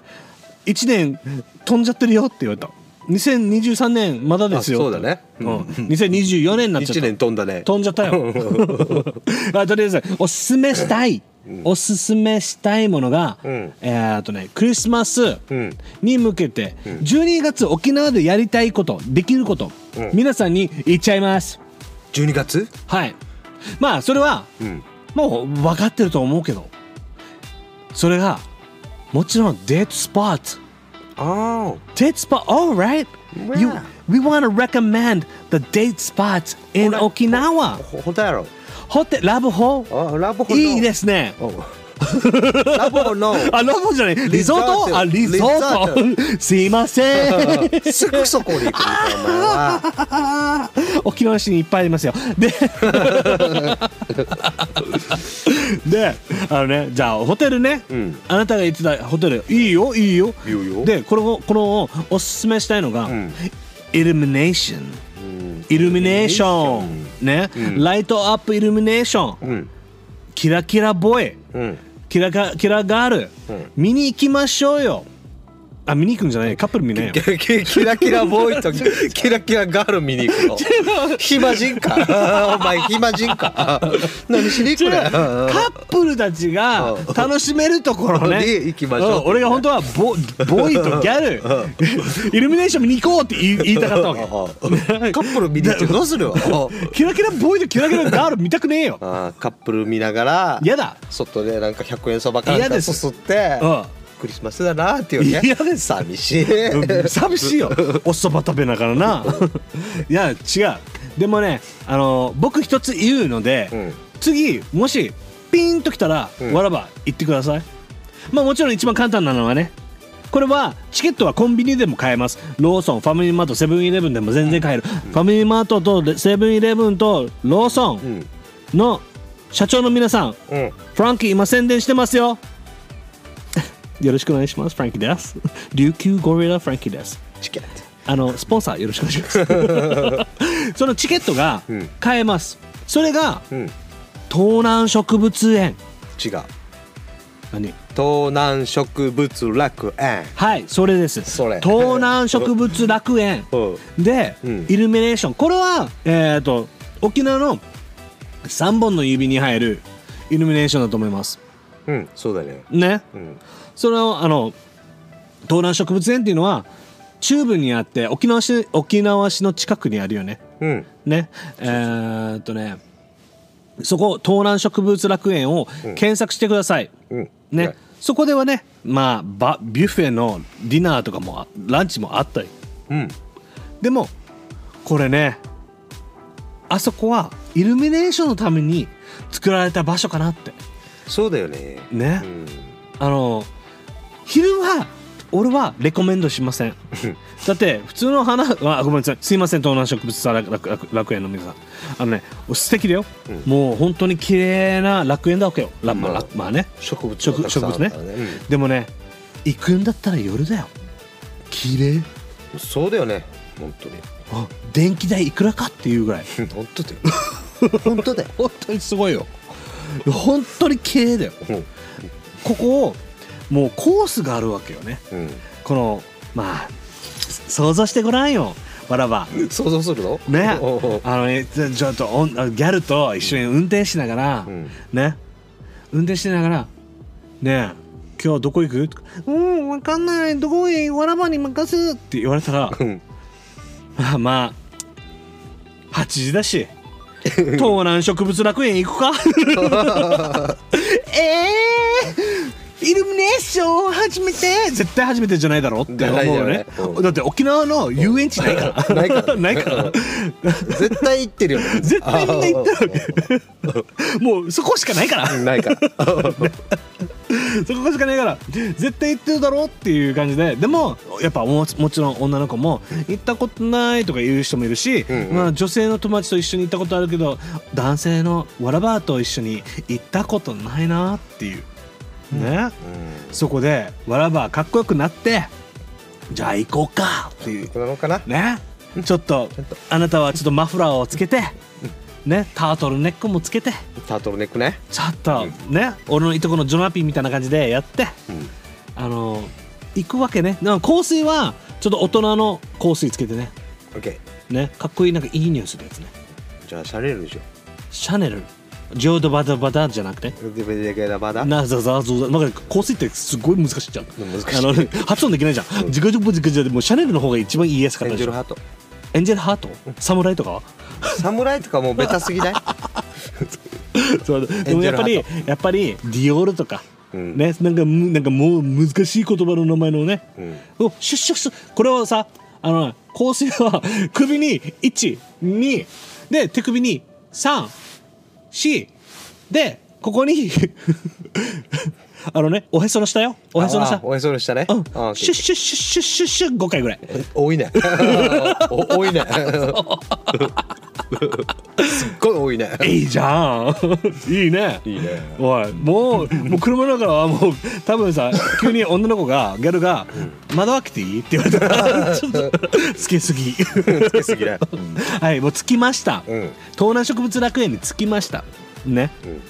Speaker 2: 1年飛んじゃってるよって言われた2023年まだですよ
Speaker 4: あそうだね
Speaker 2: うん、2024年になっちゃった
Speaker 4: 1年飛んだね
Speaker 2: 飛んじゃったよあとりあえずおすすめしたい、おすすめしたいものが、
Speaker 4: ん
Speaker 2: えーっとねクリスマス
Speaker 4: ん
Speaker 2: に向けて、12月沖縄でやりたいことできること、皆さんに言っちゃいます
Speaker 4: 12月
Speaker 2: はいまあそれは、
Speaker 4: ん
Speaker 2: もう分かってると思うけどそれがもちろんデートスポット
Speaker 4: あ
Speaker 2: date spot. All right. You, we want to recommend the date spots in
Speaker 4: Alright.
Speaker 2: Okinawa.
Speaker 4: あほだやろ
Speaker 2: ホテルラブホ
Speaker 4: あラブホ
Speaker 2: いいですね。
Speaker 4: おラボ *laughs* の
Speaker 2: あ、ラボじゃない。リゾー
Speaker 4: リゾー
Speaker 2: ト
Speaker 4: ト
Speaker 2: あ、リゾート。すいません。 *laughs*
Speaker 4: すぐそこに行くんだお前は
Speaker 2: 沖縄市にいっぱいありますよ。 *laughs* で、で、あのね、じゃあホテルね、
Speaker 4: うん
Speaker 2: あなたが言ってたホテル、いいよ、いいよ。
Speaker 4: 言うよ
Speaker 2: で、これを、このおすすめしたいのが、
Speaker 4: ん
Speaker 2: イルミネーション。
Speaker 4: うん
Speaker 2: イルミネーション。ね、ライトアップイルミネーション。
Speaker 4: うん
Speaker 2: キラキラボーイ。
Speaker 4: うん
Speaker 2: キラガキラガール、見に行きましょうよあ見に行くんじゃないカップル見
Speaker 4: *laughs*
Speaker 2: ないよ
Speaker 4: キラキラ
Speaker 2: *laughs*
Speaker 4: ボーイとキラキラガール見に行くの暇
Speaker 2: *laughs*
Speaker 4: 人かお前暇人か何しに行くね
Speaker 2: カップルたちが
Speaker 4: うん
Speaker 2: 楽しめるところね
Speaker 4: に行きましょう
Speaker 2: うん俺が本当はボボーイとギャルイルミネーション見に行こうって言い言いたかったわけ
Speaker 4: カップル見に行ってどう
Speaker 2: *laughs*
Speaker 4: するよ
Speaker 2: キラキラボーイとキラキラガール見たくねえよ
Speaker 4: あーカップル見ながら
Speaker 2: 嫌だ
Speaker 4: 外でなんか100円そばかな
Speaker 2: 嫌
Speaker 4: ん
Speaker 2: で
Speaker 4: か
Speaker 2: す
Speaker 4: すすって
Speaker 2: うん
Speaker 4: クリスマスだなーっていうね
Speaker 2: 嫌です
Speaker 4: 寂しい
Speaker 2: うん寂しいよおそば食べながら
Speaker 4: *laughs*
Speaker 2: ないや違うでもねあの僕一つ言うので、
Speaker 4: うん
Speaker 2: 次もしピンときたら、
Speaker 4: ん
Speaker 2: わらば行ってくださいまあもちろん一番簡単なのはねこれはチケットはコンビニでも買えますローソンファミリーマートセブンイレブンでも全然買える、ファミリーマートとセブンイレブンとローソ
Speaker 4: う
Speaker 2: ン
Speaker 4: ん
Speaker 2: の社長の皆さん
Speaker 4: うん
Speaker 2: フランキー今宣伝してますよ *laughs* よろしくお願いしますフランキーです *laughs* 琉球ゴリラフランキーです
Speaker 4: チケット
Speaker 2: あのスポンサーよろしくお願いします
Speaker 4: *laughs*
Speaker 2: そのチケットが
Speaker 4: うん
Speaker 2: 買えます、それが
Speaker 4: うん違う
Speaker 2: 東南植物園
Speaker 4: 東
Speaker 2: 何
Speaker 4: 南植物楽園
Speaker 2: はいそれです
Speaker 4: それ
Speaker 2: 東南植物楽
Speaker 4: *laughs*
Speaker 2: 園
Speaker 4: うん
Speaker 2: で、
Speaker 4: うん
Speaker 2: イルミネーションこれはえっ、と沖縄の3本の指に入るイルミネーションだと思います
Speaker 4: うんそうだね
Speaker 2: ね
Speaker 4: うん
Speaker 2: それをあの東南植物園っていうのは中部にあって沖縄市沖縄市の近くにあるよね
Speaker 4: うん
Speaker 2: ねえーっとねそこ東南植物楽園を検索してください、
Speaker 4: うん
Speaker 2: ね、そこではねまあバビュッフェのディナーとかもあランチもあったり
Speaker 4: うん
Speaker 2: でもこれねあそこはイルミネーションのために作られた場所かなって
Speaker 4: そうだよね
Speaker 2: ね
Speaker 4: うん
Speaker 2: あの昼は俺はレコメンドしま
Speaker 4: *laughs*
Speaker 2: せんだって普通の花はごめんなさいすいません東南植物楽楽楽楽園の皆さんあのね素敵だよ、もう本当に綺麗な楽園だわけよ、らまあ
Speaker 4: まあ
Speaker 2: らまあね
Speaker 4: 植物
Speaker 2: 植
Speaker 4: がたく
Speaker 2: 植
Speaker 4: さんある
Speaker 2: 物
Speaker 4: か
Speaker 2: ね
Speaker 4: らうん
Speaker 2: でもね行くんだったら夜だよ綺麗
Speaker 4: そうだよね本当に
Speaker 2: あ電気代いくらかっていうぐらい
Speaker 4: 本当だよ本当だよ
Speaker 2: 本当にすごいよ本当に綺麗だよ
Speaker 4: うん
Speaker 2: ここをもうコースがあるわけよね
Speaker 4: う
Speaker 2: このまあ想像してごらんよわらば
Speaker 4: ん想像するの
Speaker 2: ね
Speaker 4: おうおう
Speaker 2: あのねちょちょっとおんあギャルと一緒に運転しながら、
Speaker 4: うん
Speaker 2: ね運転しながら「ねえ今日どこ行く?」とか「うんわかんないどこへわらばに任す」って言われたら
Speaker 4: うん
Speaker 2: まあ *laughs* まあ8時だし東南植物楽園行
Speaker 4: *laughs*
Speaker 2: くかえー、イルミネーション初めて絶対初めてじゃないだろって思うよね
Speaker 4: じゃないよねうん
Speaker 2: だって沖縄の遊園地ないから
Speaker 4: ないか
Speaker 2: *laughs*
Speaker 4: ら
Speaker 2: ないから
Speaker 4: 絶対行ってるよね
Speaker 2: *laughs* 絶対みんな行ってるわけもうそこしかないから
Speaker 4: ないから
Speaker 2: *laughs* そこしかねえから絶対行ってるだろうっていう感じででもやっぱももちろん女の子も行ったことないとか言う人もいるし、
Speaker 4: んうん
Speaker 2: まあ、女性の友達と一緒に行ったことあるけど男性のわらばーと一緒に行ったことないなっていうね、そこでわらばーかっこよくなってじゃあ行こうかっていう
Speaker 4: なのかな
Speaker 2: ねちょっとあなたはちょっとマフラーをつけて、ね、タートルネックもつけて。
Speaker 4: タートルネックね
Speaker 2: ちょっとね、俺のいとこのジョナピーみたいな感じでやって、
Speaker 4: ん
Speaker 2: あの行くわけねなんか香水はちょっと大人の香水つけてね
Speaker 4: オッケ
Speaker 2: ねかっこいいなんかいい匂いするやつね
Speaker 4: ーじゃあシャレルでしょ
Speaker 2: シャネルジョードバダバダじゃなくて
Speaker 4: デベデゲラバダ
Speaker 2: なざざざざなんか香水ってすごい難しいじゃん
Speaker 4: 難しい
Speaker 2: あの発音できないじゃんジグジグジグジグでもうシャネルの方が一番言いやすかっ
Speaker 4: エ
Speaker 2: た
Speaker 4: ン
Speaker 2: で
Speaker 4: ジ
Speaker 2: し
Speaker 4: ェル
Speaker 2: ょ
Speaker 4: ハート
Speaker 2: エンジェルハート侍とかは
Speaker 4: 侍とかもうベタすぎない
Speaker 2: そうでもやっぱ
Speaker 4: エン
Speaker 2: り
Speaker 4: ジ
Speaker 2: やっぱりディオールとか、
Speaker 4: うん
Speaker 2: ねなんかむなんかもう難しい言葉の名前のね
Speaker 4: うん
Speaker 2: おシュッシュッシュッこれはさあの香水は首に12で手首に34でここに *laughs* あのねおへその下よ *laughs* おへその
Speaker 4: あ
Speaker 2: 下
Speaker 4: おへその下ね。
Speaker 2: うん
Speaker 4: あ
Speaker 2: シュッシュッシュッシュッシュッシュッ5回ぐらい
Speaker 4: *laughs* 多いね。お多いね。 *laughs* すっごい多いね。
Speaker 2: いいじゃん *laughs* いいね
Speaker 4: いいね。
Speaker 2: おいもうもう車の中はもう多分さ急に女の子がギャルが「窓開けていい?」って言われたら *laughs* ちょっと好きすぎ
Speaker 4: つけすぎね。
Speaker 2: はいもう着きました、
Speaker 4: *laughs* うん。うん
Speaker 2: 東南植物楽園に着きましたね、
Speaker 4: うん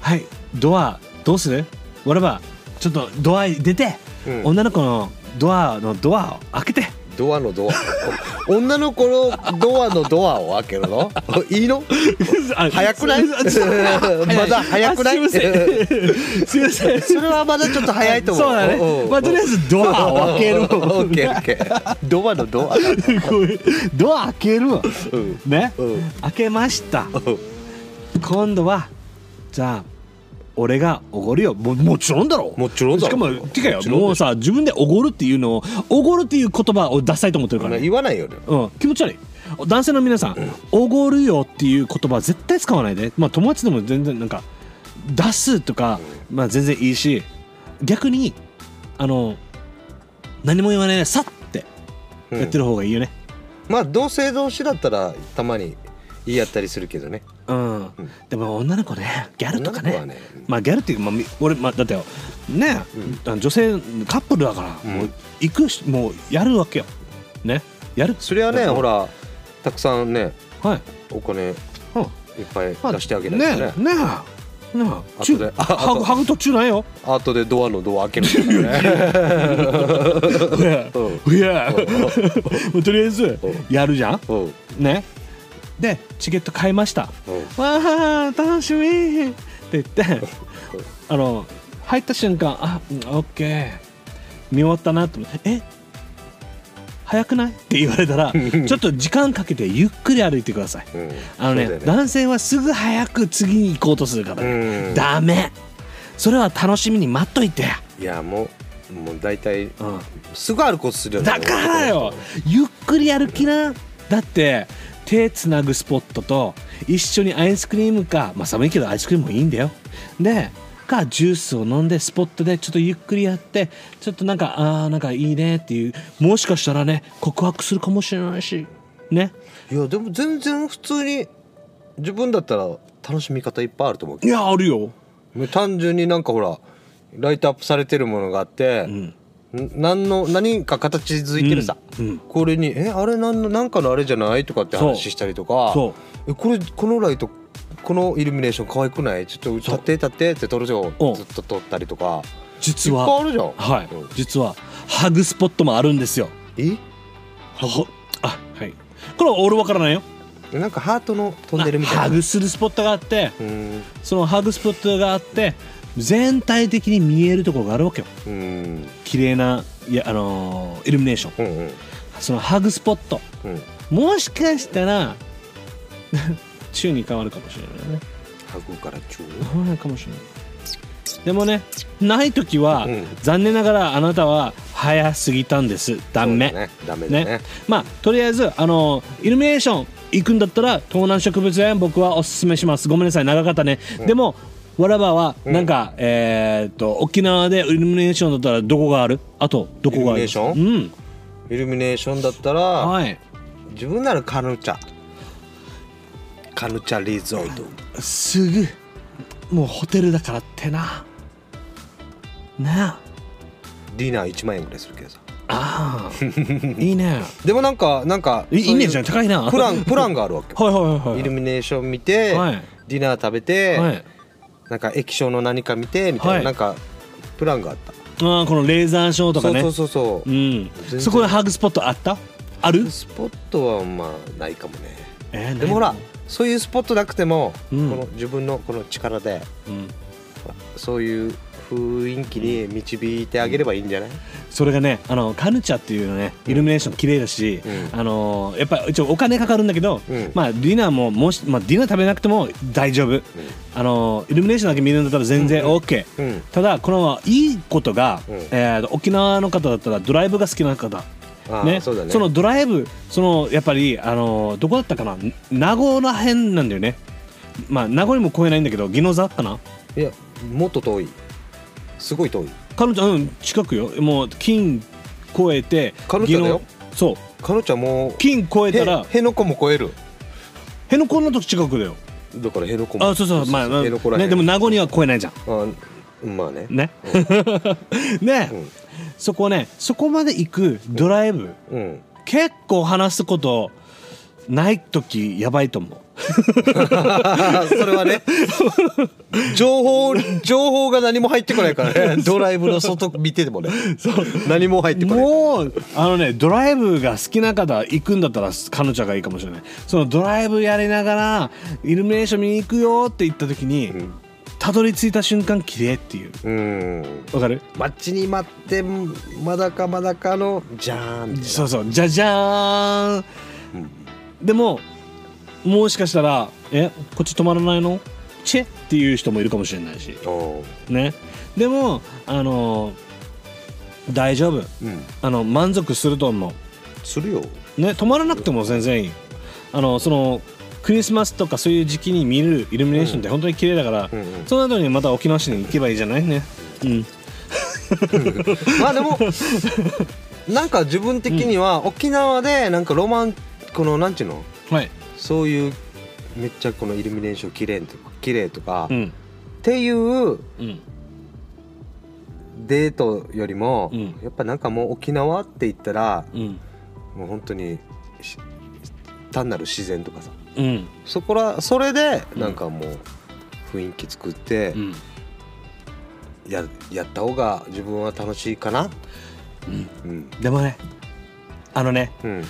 Speaker 2: はいドアどうする俺はちょっとドア出て、
Speaker 4: うん
Speaker 2: 女の子のドアのドアを開け
Speaker 4: *laughs*
Speaker 2: て
Speaker 4: ドアのドア。女の子のドアのドアを開けるの？ *laughs* いいの？
Speaker 2: あ
Speaker 4: 早くない
Speaker 2: *laughs* すません
Speaker 4: まだ早くな
Speaker 2: あすいま
Speaker 4: い
Speaker 2: せんすいません
Speaker 4: *laughs* それはまだちょっと早いと思う。
Speaker 2: そうだね、まあ、とりあえ
Speaker 4: ず
Speaker 2: ずドアを開ける
Speaker 4: *laughs* オッケーオッケー。ドアのドア。
Speaker 2: *laughs* こういうドア開けるわ
Speaker 4: うん
Speaker 2: ね、
Speaker 4: うん
Speaker 2: 開けました今度はじゃあ俺がおごるよももちろんだろ
Speaker 4: もちろんだ
Speaker 2: しか
Speaker 4: ろ
Speaker 2: もてかよ
Speaker 4: もちろんだよ
Speaker 2: もうさ自分でおごるっていうのをおごるっていう言葉を出したいと思ってるから、ね
Speaker 4: 言わないよね。
Speaker 2: うん、気持ち悪い男性の皆さん「おごるよ」っていう言葉絶対使わないでまあ友達でも全然なんか「出す」とか、まあ、全然いいし逆にあの何も言わないでさってやってる方がいいよね、
Speaker 4: まあ同性同士だったらたまに言い合ったりするけどね。
Speaker 2: うんでも女の子ねギャルとかね
Speaker 4: 女の子はね
Speaker 2: まあギャルっていうか、まあ、み俺、まあ、だってよね、あの女性カップルだから、
Speaker 4: ん
Speaker 2: もう行くしもうやるわけよねやる
Speaker 4: それはね、
Speaker 2: うん
Speaker 4: ほらたくさんね
Speaker 2: はい、
Speaker 4: お金いっ
Speaker 2: うん
Speaker 4: ぱい出してあげない
Speaker 2: ね
Speaker 4: と
Speaker 2: え。ね
Speaker 4: ね
Speaker 2: えねえ
Speaker 4: あ
Speaker 2: チュ
Speaker 4: とでああ
Speaker 2: ハグ
Speaker 4: と
Speaker 2: ハグ途中ないよ
Speaker 4: アートでドアのドア開けるからね。
Speaker 2: いやいや *laughs* もうとりあえずやるじゃん
Speaker 4: うんうん
Speaker 2: ねでチケット買いましたわあ楽しみって言ってあの入った瞬間あうんオッケー見終わったなと思ってえ早くないって言われた
Speaker 4: *laughs*
Speaker 2: らちょっと時間かけてゆっくり歩いてください
Speaker 4: うん
Speaker 2: あのね
Speaker 4: そうだよ
Speaker 2: 男性はすぐ早く次に行こうとするから、ね
Speaker 4: うん
Speaker 2: ダメそれは楽しみに待っといて、
Speaker 4: いやもうもう大体
Speaker 2: うん、
Speaker 4: すぐ歩こうとするよね。
Speaker 2: だからよゆっくり歩きなだって手つなぐスポットと一緒にアイスクリームかまあ寒いけどアイスクリームもいいんだよでかジュースを飲んでスポットでちょっとゆっくりやってちょっとなんかあーなんかいいねっていうもしかしたらね告白するかもしれないしね
Speaker 4: いやでも全然普通に自分だったら楽しみ方いっぱいあると思うけ
Speaker 2: いやあるよ
Speaker 4: ど単純になんかほらライトアップされてるものがあって、
Speaker 2: ん
Speaker 4: ん何の何か形づいてるさ、
Speaker 2: うんうん
Speaker 4: これに「えあれ何のなんかのあれじゃない?」とかって
Speaker 2: そう
Speaker 4: 話したりとか
Speaker 2: そ
Speaker 4: えこれこのライトこのイルミネーション可愛くないちょっと立って立って」って撮るじゃん
Speaker 2: うん
Speaker 4: ずっと撮ったりとかい
Speaker 2: 実
Speaker 4: っぱいあ
Speaker 2: は
Speaker 4: るじゃん。
Speaker 2: はい
Speaker 4: うん
Speaker 2: 実はハグスポットもあるんですよほあはいこれは俺わからないよ
Speaker 4: えなんかハートの飛んでるみたいな。
Speaker 2: ハグするスポットがあって
Speaker 4: うん
Speaker 2: そのハグスポットがあって全体的に見えるところがあるわけよ
Speaker 4: うん
Speaker 2: 綺麗ないやあのーイルミネーション
Speaker 4: うんうん
Speaker 2: そのハグスポット
Speaker 4: うん
Speaker 2: もしかしたら *laughs* 宙に変わるかもしれないね
Speaker 4: ハグから中
Speaker 2: 変わらないかもしれないでもねない時は、
Speaker 4: うん
Speaker 2: 残念ながらあなたは早すぎたんですダメ
Speaker 4: そうだねダメだ
Speaker 2: ね
Speaker 4: ね
Speaker 2: まあとりあえずあのイルミネーション行くんだったら東南植物園僕はおすすめしますごめんなさい長かったね、でもわらばはなんか、えーっと沖縄でイルミネーションだったらどこがあるあとどこがある
Speaker 4: イルミネーション
Speaker 2: うん
Speaker 4: イルミネーションだったら、
Speaker 2: はい
Speaker 4: 自分ならカヌチャカヌチャリゾート
Speaker 2: すぐもうホテルだからってなな
Speaker 4: ディナー1万円ぐらいするけどさ
Speaker 2: ああ
Speaker 4: *laughs*
Speaker 2: ーいいね
Speaker 4: でもなんかなんか
Speaker 2: い
Speaker 4: そうう
Speaker 2: イメージが高いな
Speaker 4: プランプランがあるわけ
Speaker 2: は
Speaker 4: よ
Speaker 2: いはいはいはい
Speaker 4: イルミネーション見て、
Speaker 2: はい
Speaker 4: ディナー食べて、
Speaker 2: はい
Speaker 4: なんか液晶の何か見てみたいな、
Speaker 2: はい
Speaker 4: なんかプランがあった、
Speaker 2: あーこのレーザーショーとかね
Speaker 4: そうそうそうそうう、
Speaker 2: んそこでハグスポットあったある
Speaker 4: スポットはまあないかもね
Speaker 2: えー
Speaker 4: でもほらそういうスポットなくても、
Speaker 2: うん
Speaker 4: この自分のこの力で
Speaker 2: うん
Speaker 4: ほらそういう雰囲気に導いてあげればいいんじゃない、
Speaker 2: それがねあのカヌチャっていうのねイルミネーション綺麗だし、
Speaker 4: う
Speaker 2: あのやっぱ一応お金かかるんだけど、
Speaker 4: うん
Speaker 2: まあディナーももし、まあ、ディナー食べなくても大丈夫、あのイルミネーションだけ見るんだったら全然 OK、
Speaker 4: うん
Speaker 2: ただこのいいことが、
Speaker 4: うん
Speaker 2: えー沖縄の方だったらドライブが好きな方
Speaker 4: あー
Speaker 2: ね
Speaker 4: そうだね
Speaker 2: のドライブそのやっぱりあのどこだったかな名護ら辺なんだよねまあ名古屋も超えないんだけど宜野座かない
Speaker 4: やもっと遠いすごい遠い
Speaker 2: 彼女うん近くよもう金超えて
Speaker 4: 彼女だよ
Speaker 2: 宜野そう
Speaker 4: 彼女はもう
Speaker 2: 金超えたら
Speaker 4: へへの子も超える
Speaker 2: 辺野古のと近くだよ
Speaker 4: だからへの子も
Speaker 2: あそうそうまあ、まあ
Speaker 4: への子らへ
Speaker 2: ね、
Speaker 4: ん
Speaker 2: でも名護には超えないじゃん
Speaker 4: あまあね
Speaker 2: ね *laughs* ね、
Speaker 4: うん
Speaker 2: そこねそこまで行くドライブ、
Speaker 4: うん *laughs*
Speaker 2: 結構話すことない時やばいと思う
Speaker 4: あそれはね情報情報が何も入ってこないからねドライブの外見ててもね何も入ってこない
Speaker 2: もうあのねドライブが好きな方行くんだったら彼女がいいかもしれないそのドライブやりながらイルミネーション見に行くよって言った時に、
Speaker 4: ん
Speaker 2: たどり着いた瞬間綺麗っていう
Speaker 4: うん
Speaker 2: わかる
Speaker 4: 待ちに待ってまだかまだかのじゃーんみたい
Speaker 2: そうそうじゃじゃーん、でももしかしたら「えこっち止まらないのチェ」っていう人もいるかもしれないし
Speaker 4: なおー
Speaker 2: ねでもあの大丈夫
Speaker 4: うん
Speaker 2: あの満足すると思う
Speaker 4: するよ
Speaker 2: ね止まらなくても全然いいあのそのクリスマスとかそういう時期に見るイルミネーションって本当に綺麗だから、
Speaker 4: うんうん
Speaker 2: その後にまた沖縄市に行けばいいじゃないねうん
Speaker 4: まあでもなんか自分的には沖縄でなんかロマンこのなんちゅうの
Speaker 2: はい
Speaker 4: そういうめっちゃこのイルミネーション綺麗とか綺麗とか、
Speaker 2: う
Speaker 4: っ
Speaker 2: ん
Speaker 4: ていう
Speaker 2: うん
Speaker 4: デートよりも、
Speaker 2: うん
Speaker 4: やっぱなんかもう沖縄って言ったら
Speaker 2: うん
Speaker 4: もう本当にし単なる自然とかさ
Speaker 2: うん
Speaker 4: そこらそれでなんかもう雰囲気作って
Speaker 2: うん
Speaker 4: や,、やった方が自分は楽しいかなうん
Speaker 2: でもねあのね
Speaker 4: うん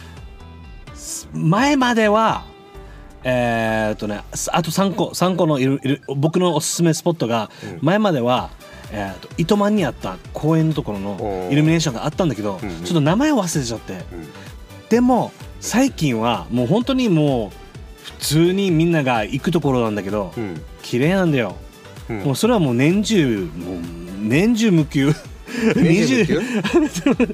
Speaker 2: 前まではえーっとねあと3個三個のいるいる僕のおすすめスポットが
Speaker 4: うん
Speaker 2: 前までは、えーっと糸満にあった公園のところの
Speaker 4: おー
Speaker 2: イルミネーションがあったんだけど、
Speaker 4: うんうん
Speaker 2: ちょっと名前忘れちゃって
Speaker 4: うん
Speaker 2: でも最近はもう本当にもう普通にみんなが行くところなんだけど、
Speaker 4: うん
Speaker 2: 綺麗なんだよ、
Speaker 4: うん
Speaker 2: もうそれはもう年中もう年中無
Speaker 4: *laughs*
Speaker 2: 休 *laughs* 20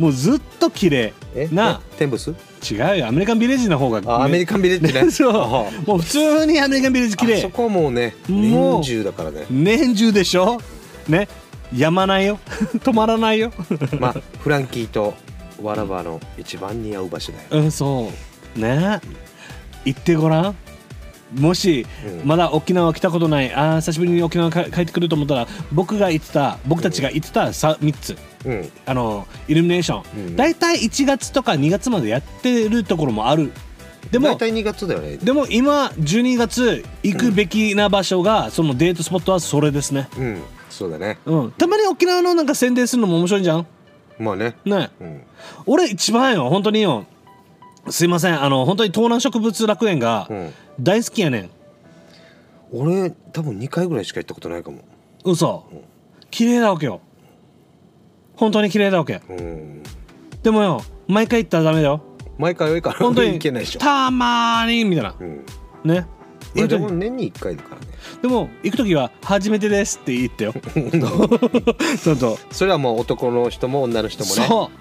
Speaker 2: もうずっと綺麗
Speaker 4: え
Speaker 2: な
Speaker 4: えテンブス
Speaker 2: 違うよアメリカンビレッジの方が
Speaker 4: あアメリカンビレッジ
Speaker 2: *laughs*
Speaker 4: ね
Speaker 2: そう
Speaker 4: あ
Speaker 2: もう普通にアメリカンビレッジ綺
Speaker 4: そ
Speaker 2: 麗
Speaker 4: こはもうね
Speaker 2: もう
Speaker 4: 年中だからね
Speaker 2: 年中でしょねやまないよ *laughs* 止まらないよ
Speaker 4: まあフランキーとわらばの一番似合う場所だよ
Speaker 2: うんそうね行ってごらんもし、
Speaker 4: うん
Speaker 2: まだ沖縄来たことないあー久しぶりに沖縄か帰ってくると思ったら僕が行ってた僕たちが行ってた 3, つ
Speaker 4: うん
Speaker 2: あのイルミネーション、
Speaker 4: うん
Speaker 2: 大体1月とか2月までやってるところもあるでも
Speaker 4: 大体2月だよね
Speaker 2: でも今12月行くべきな場所が、そのデートスポットはそれですね
Speaker 4: うんそうだね
Speaker 2: うん、たまに沖縄のなんか宣伝するのも面白いじゃん
Speaker 4: まあね
Speaker 2: ね
Speaker 4: うん
Speaker 2: 俺一番よ本当によすいませんあの本当に東南植物楽園が
Speaker 4: うん
Speaker 2: 大好きやねん
Speaker 4: 俺多分2回ぐらいしか行ったことないかも
Speaker 2: 嘘綺麗だわけよ本当に綺麗だわけ
Speaker 4: うん
Speaker 2: でもよ毎回行ったらダメだよ
Speaker 4: 毎回多いから
Speaker 2: 本当に
Speaker 4: 行けないでしょ
Speaker 2: たまーにみたいな
Speaker 4: うん
Speaker 2: ね
Speaker 4: まあで
Speaker 2: 行
Speaker 4: も
Speaker 2: く
Speaker 4: 年に1回だからね
Speaker 2: でも行く時は「初めてです」って言ってよ *laughs* そうそう
Speaker 4: それはもう男の人も女の人もね行
Speaker 2: そう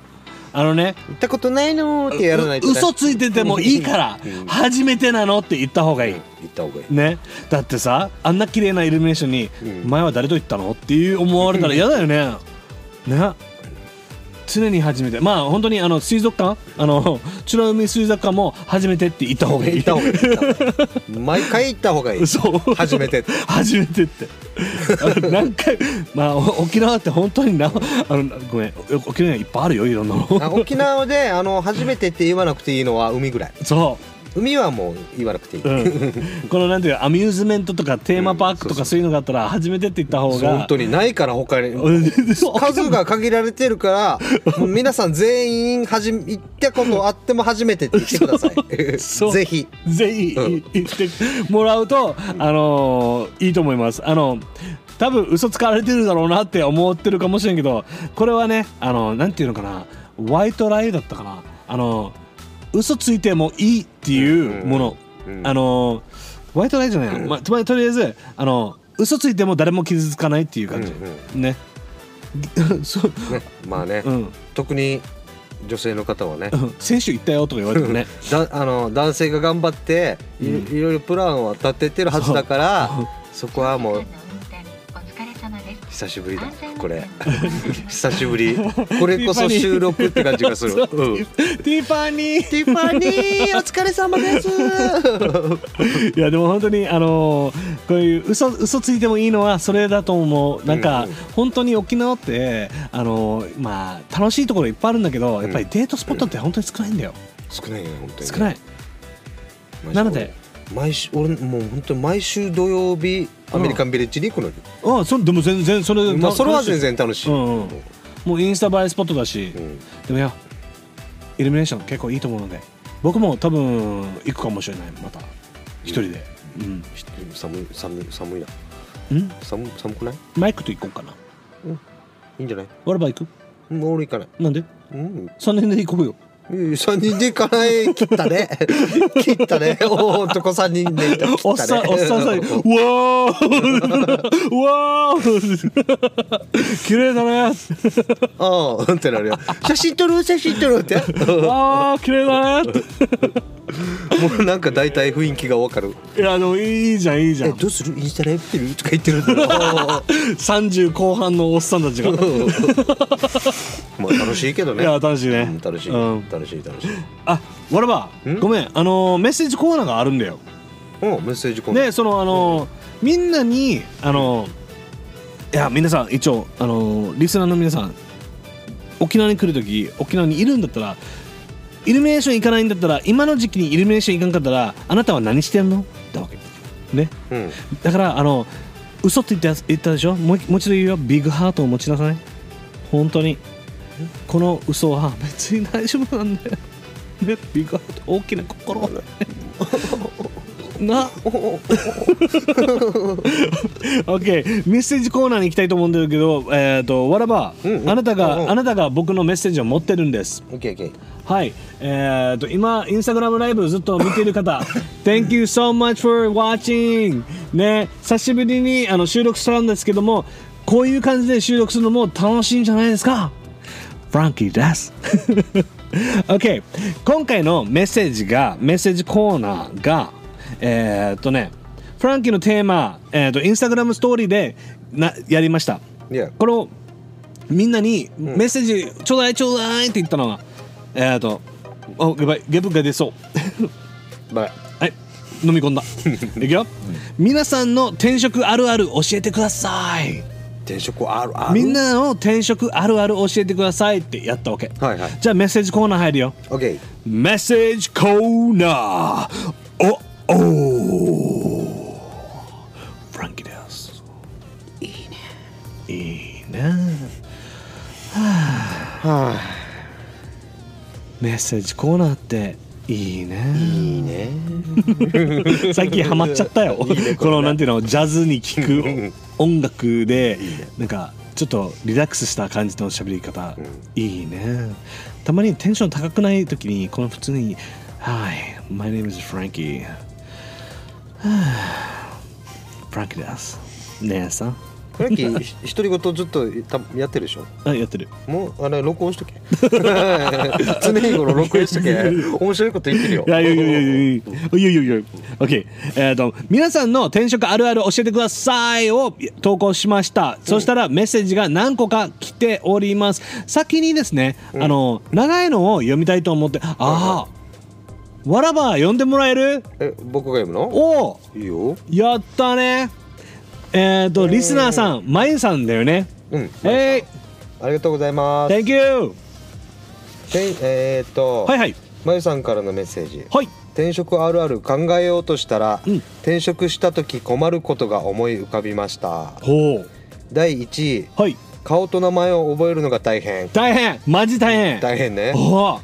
Speaker 2: あのね
Speaker 4: ったことないのーってやらないとね
Speaker 2: 嘘ついててもいいから
Speaker 4: う
Speaker 2: 「
Speaker 4: ん
Speaker 2: 初めてなの?」って言った方がいい、
Speaker 4: うん行った方がいい
Speaker 2: ねだってさあんな綺麗なイルミネーションに「
Speaker 4: うん
Speaker 2: 前は誰と行ったの?」っていう思われた
Speaker 4: *laughs*
Speaker 2: ら嫌だよね。ね常に初めてまあ本当にあの水族館あの美ら海水族館も初めてって言った方がい
Speaker 4: 行っ
Speaker 2: い。
Speaker 4: た方がいい行った方がいい毎回行った方がいい
Speaker 2: そう
Speaker 4: 初め
Speaker 2: *laughs*
Speaker 4: てって
Speaker 2: 初めてってあの何回まあお沖縄って本当になあのごめんお沖縄にはいっぱいあるよいろんな
Speaker 4: あ
Speaker 2: の
Speaker 4: 沖縄であの初めてって言わなくていいのは海ぐらい
Speaker 2: そ
Speaker 4: 海はもう言わなくていい、
Speaker 2: う、うん、このなんていうかアミューズメントとかテーマパークとかそういうのがあったら初めてって言った方が
Speaker 4: 本当にないから他に
Speaker 2: *laughs* そう
Speaker 4: 数が限られてる *laughs* からもう皆さん全員はじ行ったことあっても初めてって言ってくださ
Speaker 2: そう
Speaker 4: いぜひ
Speaker 2: ぜひ
Speaker 4: うん
Speaker 2: い言ってもらうと、あのーいいと思います。あの多分嘘つかれてるだろうなって思ってるかもしれんけどこれはねあのなんていうのかなワイトライだったかなあの嘘ついてもいいっていうもの、
Speaker 4: うんうん
Speaker 2: あのワイトライじゃないの、まあ、ととりあえずあの嘘ついても誰も傷つかないっていう感じ、
Speaker 4: うん
Speaker 2: ね *laughs* そう、
Speaker 4: ねまあね、
Speaker 2: うん、
Speaker 4: 特に女性の方はね
Speaker 2: うん先週行ったよとか言われてもね
Speaker 4: *laughs* だあの男性が頑張ってい,、いろいろプランを立ててるはずだからそこはもう久しぶりだこれ久しぶりこれこそ収録って感じがする、うん、
Speaker 2: ティファニー
Speaker 4: ティファニーお疲れ様です
Speaker 2: いやでも本当にあのーこういう嘘嘘ついてもいいのはそれだと思うなんか
Speaker 4: うんうん
Speaker 2: 本当に沖縄ってあのーまあ楽しいところいっぱいあるんだけどやっぱりデートスポットって本当に少ないんだよ
Speaker 4: *laughs* 少ないね本当に
Speaker 2: 少ないなので
Speaker 4: 毎週俺もう本当に毎週土曜日アメリカンビレッジに行くのよ、
Speaker 2: ああそれでも全然それ
Speaker 4: まあ、それは全
Speaker 2: 然
Speaker 4: 然楽しい、
Speaker 2: うんうんもうインスタ映えスポットだし
Speaker 4: うん
Speaker 2: でもよイルミネーション結構いいと思うので僕も多分行くかもしれないまた一人でうん
Speaker 4: 寒い寒い寒いな
Speaker 2: うん
Speaker 4: 寒寒くない
Speaker 2: マイクと行こうかない
Speaker 4: いんじゃない
Speaker 2: 俺ば行く
Speaker 4: もう俺行かない
Speaker 2: なんで
Speaker 4: うん
Speaker 2: その辺で行こうよ
Speaker 4: 3人で行
Speaker 2: *laughs*
Speaker 4: かない切ったね切ったねお男3人で行った
Speaker 2: おっさん、おっさん *laughs* さん、うわ
Speaker 4: う
Speaker 2: ー *laughs* うわー *laughs* 綺麗だね
Speaker 4: んってなるよ写真撮る写真撮るって
Speaker 2: あー綺麗だね
Speaker 4: もうなんか大体雰囲気がわかる
Speaker 2: いや、でもいいじゃん、いいじゃ
Speaker 4: え
Speaker 2: ん
Speaker 4: どうするインスタライブしてるとか言ってるん
Speaker 2: *laughs*
Speaker 4: だよ
Speaker 2: 30後半のおっさんたち *laughs* がい
Speaker 4: まあ楽しいけどね
Speaker 2: や、楽しいね
Speaker 4: うん楽しい
Speaker 2: うん
Speaker 4: 楽しい楽しい
Speaker 2: あ、わらば
Speaker 4: ん
Speaker 2: ごめん、あのーメッセージコーナーがあるんだよ
Speaker 4: うんメッセージコーナー
Speaker 2: で、そのあのーみんなに、あのーいや、皆さん、一応、あのーリスナーの皆さん沖縄に来るとき沖縄にいるんだったらイルミネーション行かないんだったら今の時期にイルミネーション行かんかったらあなたは何してんのだわけね
Speaker 4: うん
Speaker 2: だからあの嘘って言ったやつ言ったでしょもう一もう一度言うよビッグハートを持ちなさい本当にこの嘘は *laughs* 別に大丈夫なんだよねビッグハート大きな心 *laughs* な *laughs* OK メッセージコーナーに行きたいと思うんだけどえっ、とわらば、
Speaker 4: うんうん
Speaker 2: あなたが、
Speaker 4: うんうん
Speaker 2: あなたが僕のメッセージを持ってるんです
Speaker 4: オッケーオッケー
Speaker 2: はい、えー、と今、インスタグラムライブずっと見ている方、Thank *laughs* you so much for watching! ね、久しぶりにあの収録したんですけども、こういう感じで収録するのも楽しいんじゃないですかフランキー *laughs* です。OK、今回のメッセージが、メッセージコーナーが、えー、とね、フランキーのテーマ、えー、とインスタグラムストーリーでなやりました。
Speaker 4: いや
Speaker 2: これをみんなにメッセージちょうだいちょうだいって言ったのが、えっ、ー、とおやばいゲブが出そう *laughs*
Speaker 4: バイ
Speaker 2: はい飲み込ん
Speaker 4: *laughs*
Speaker 2: だいくよ、皆さんの転職あるある教えてください
Speaker 4: 転職あるある
Speaker 2: みんなの転職あるある教えてくださいってやったわけ、
Speaker 4: はいはい
Speaker 2: じゃあメッセージコーナー入るよ
Speaker 4: オッケー
Speaker 2: メッセージコーナーおおフランキーですいいねいいね
Speaker 4: は
Speaker 2: メッセージコーナーっていいね
Speaker 4: いいね
Speaker 2: *laughs* 最近ハマっちゃったよこのなんていうのジャズに聴く音楽でなんかちょっとリラックスした感じの喋り方、いいねたまにテンション高くない時にこの普通に「Hi my name is Frankie」「Frankie です」「姉さん
Speaker 4: フランキーひ独り言ずっとたやってるでしょ」
Speaker 2: あやってる
Speaker 4: もうあれ録音し
Speaker 2: *laughs*
Speaker 4: とけ常日頃録音しとけ面白いこと言ってるよ
Speaker 2: いやいやいやいやいや *laughs* いやいやいやいや OK えっ、と皆さんの転職あるある教えてくださいを投稿しました、そしたらメッセージが何個か来ております先にですね、あの長いのを読みたいと思ってああーわらば読んでもらえる
Speaker 4: え僕が読むの
Speaker 2: おお
Speaker 4: いいよ
Speaker 2: やったねえっ、とリスナーさんまゆさんだよね
Speaker 4: うん
Speaker 2: え
Speaker 4: ありがとうございま
Speaker 2: ー、
Speaker 4: す
Speaker 2: Thank you
Speaker 4: てんえーっと
Speaker 2: はいはい
Speaker 4: まゆさんからのメッセージ
Speaker 2: はい
Speaker 4: 転職あるある考えようとしたら、
Speaker 2: うん
Speaker 4: 転職した時困ることが思い浮かびました
Speaker 2: ほう
Speaker 4: 第1位
Speaker 2: はい
Speaker 4: 顔と名前を覚えるのが大変
Speaker 2: 大変マジ大変
Speaker 4: 大変ね
Speaker 2: おお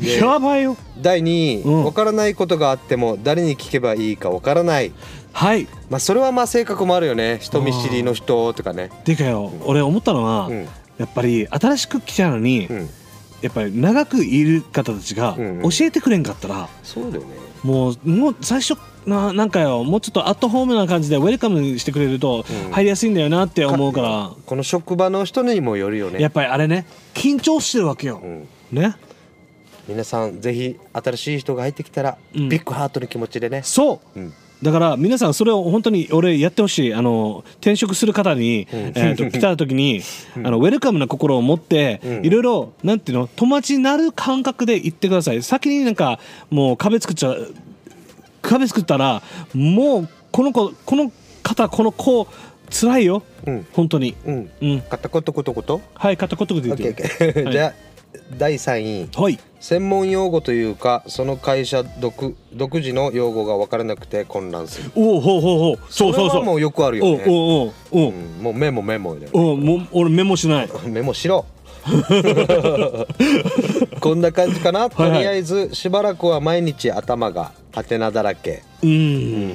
Speaker 4: で
Speaker 2: やばいよ
Speaker 4: 第2位、
Speaker 2: うん
Speaker 4: 分からないことがあっても誰に聞けばいいか分からない
Speaker 2: はい
Speaker 4: まあそれはまあ性格もあるよね人見知りの人とかね
Speaker 2: でかよ俺思ったのは、
Speaker 4: うん
Speaker 2: やっぱり新しく来ちゃうのに、
Speaker 4: うん
Speaker 2: やっぱり長くいる方たちが
Speaker 4: うんうん
Speaker 2: 教えてくれんかったら、
Speaker 4: そうだよね
Speaker 2: もうもう最初ななんかよもうちょっとアットホームな感じでウェルカムしてくれると
Speaker 4: うん
Speaker 2: 入りやすいんだよなって思うから、
Speaker 4: この職場の人にもよるよね
Speaker 2: やっぱりあれね緊張してるわけよ、
Speaker 4: うん
Speaker 2: ね
Speaker 4: 皆さんぜひ新しい人が入ってきたら、
Speaker 2: うん
Speaker 4: ビッグハートの気持ちでね
Speaker 2: そう、
Speaker 4: うん
Speaker 2: だから皆さんそれを本当に俺やってほしいあの転職する方に、えー、
Speaker 4: *laughs*
Speaker 2: と来た時に、あのウェルカムな心を持って、
Speaker 4: うん
Speaker 2: いろいろなんていうの友達になる感覚で言ってください先になんかもう壁作っちゃ壁作ったらもうこの子この方この子辛いよ
Speaker 4: うん
Speaker 2: 本当に
Speaker 4: うん
Speaker 2: うん
Speaker 4: 片言ことこと
Speaker 2: はい片言で
Speaker 4: オ
Speaker 2: 言
Speaker 4: ッ
Speaker 2: っ
Speaker 4: ケーオッ
Speaker 2: て
Speaker 4: ケー
Speaker 2: はい
Speaker 4: *laughs* じゃあ第3位
Speaker 2: はい
Speaker 4: 専門用語というかその会社独独自の用語が分からなくて混乱する
Speaker 2: おおほうほうほうそうそう
Speaker 4: れ
Speaker 2: そ
Speaker 4: はも
Speaker 2: う
Speaker 4: うよくあるよ
Speaker 2: おう
Speaker 4: ね
Speaker 2: おうおうおう
Speaker 4: う
Speaker 2: ん
Speaker 4: もうメモメモだよ
Speaker 2: おうもう俺メモしない
Speaker 4: メモしろ *laughs* こんな感じかなと
Speaker 2: はいはい
Speaker 4: りあえずしばらくは毎日頭がハテナだらけ
Speaker 2: うん、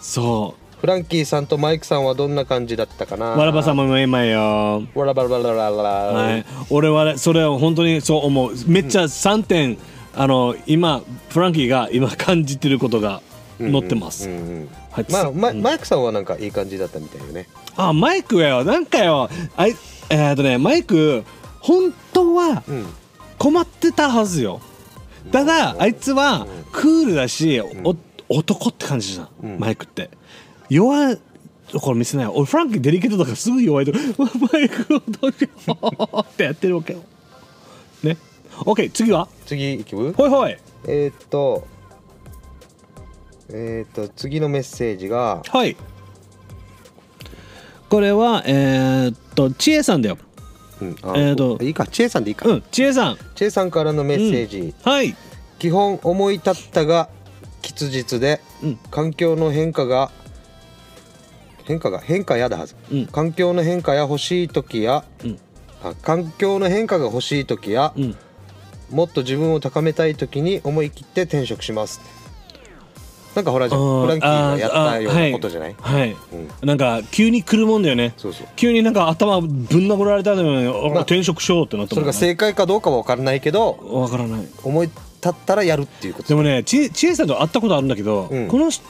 Speaker 2: そう
Speaker 4: フランキーさんとマイクさんはどんな感じだったかな
Speaker 2: わらば様も今よ。
Speaker 4: わらばらばらばら
Speaker 2: はい、俺はそれを本当にそう思う。めっちゃ3点、あの今フランキーが今感じてることが載ってます。
Speaker 4: うんうん
Speaker 2: はい
Speaker 4: まあ、マ
Speaker 2: うん
Speaker 4: マイクさんはなんかいい感じだったみたいよね
Speaker 2: あマイクやよ。なんかよ。あいえーっとねマイク本当は
Speaker 4: うん
Speaker 2: 困ってたはずよ。ただあいつはクールだし、お男って感じじゃん、
Speaker 4: うん
Speaker 2: マイクって弱いところ見せない俺フランキーデリケートだからすぐ弱いとこ *laughs* マイクをどうしようってやってるわけよね OK 次は
Speaker 4: 次いく
Speaker 2: ほいほい
Speaker 4: えーっとえーっと次のメッセージが
Speaker 2: はいこれはえーっとちえさんだよ
Speaker 4: うんあ
Speaker 2: えーっと
Speaker 4: いいかチェさんでいいか、
Speaker 2: うんちえさん
Speaker 4: チェさんからのメッセージ、
Speaker 2: はい
Speaker 4: 基本思い立ったが吉日で、
Speaker 2: うん
Speaker 4: 環境の変化が変化が変化やだはず、
Speaker 2: うん
Speaker 4: 環境の変化や欲しい時や、
Speaker 2: うん
Speaker 4: あ環境の変化が欲しい時や、
Speaker 2: うん
Speaker 4: もっと自分を高めたい時に思い切って転職しますなんかほらじゃ
Speaker 2: あー
Speaker 4: フランキーがやったよう
Speaker 2: あーは
Speaker 4: ないことじゃない
Speaker 2: はい、
Speaker 4: う
Speaker 2: なんか急に来るもんだよね
Speaker 4: そうそう
Speaker 2: 急になんか頭ぶん殴られたのに、俺
Speaker 4: まあ
Speaker 2: 転職しようってなった
Speaker 4: そ
Speaker 2: も
Speaker 4: れ
Speaker 2: んね
Speaker 4: が正解かどうかは分からないけど
Speaker 2: わからない
Speaker 4: 思い立ったらやるっていうこと
Speaker 2: でもねちちえさんと会ったことあるんだけど、
Speaker 4: うん
Speaker 2: この人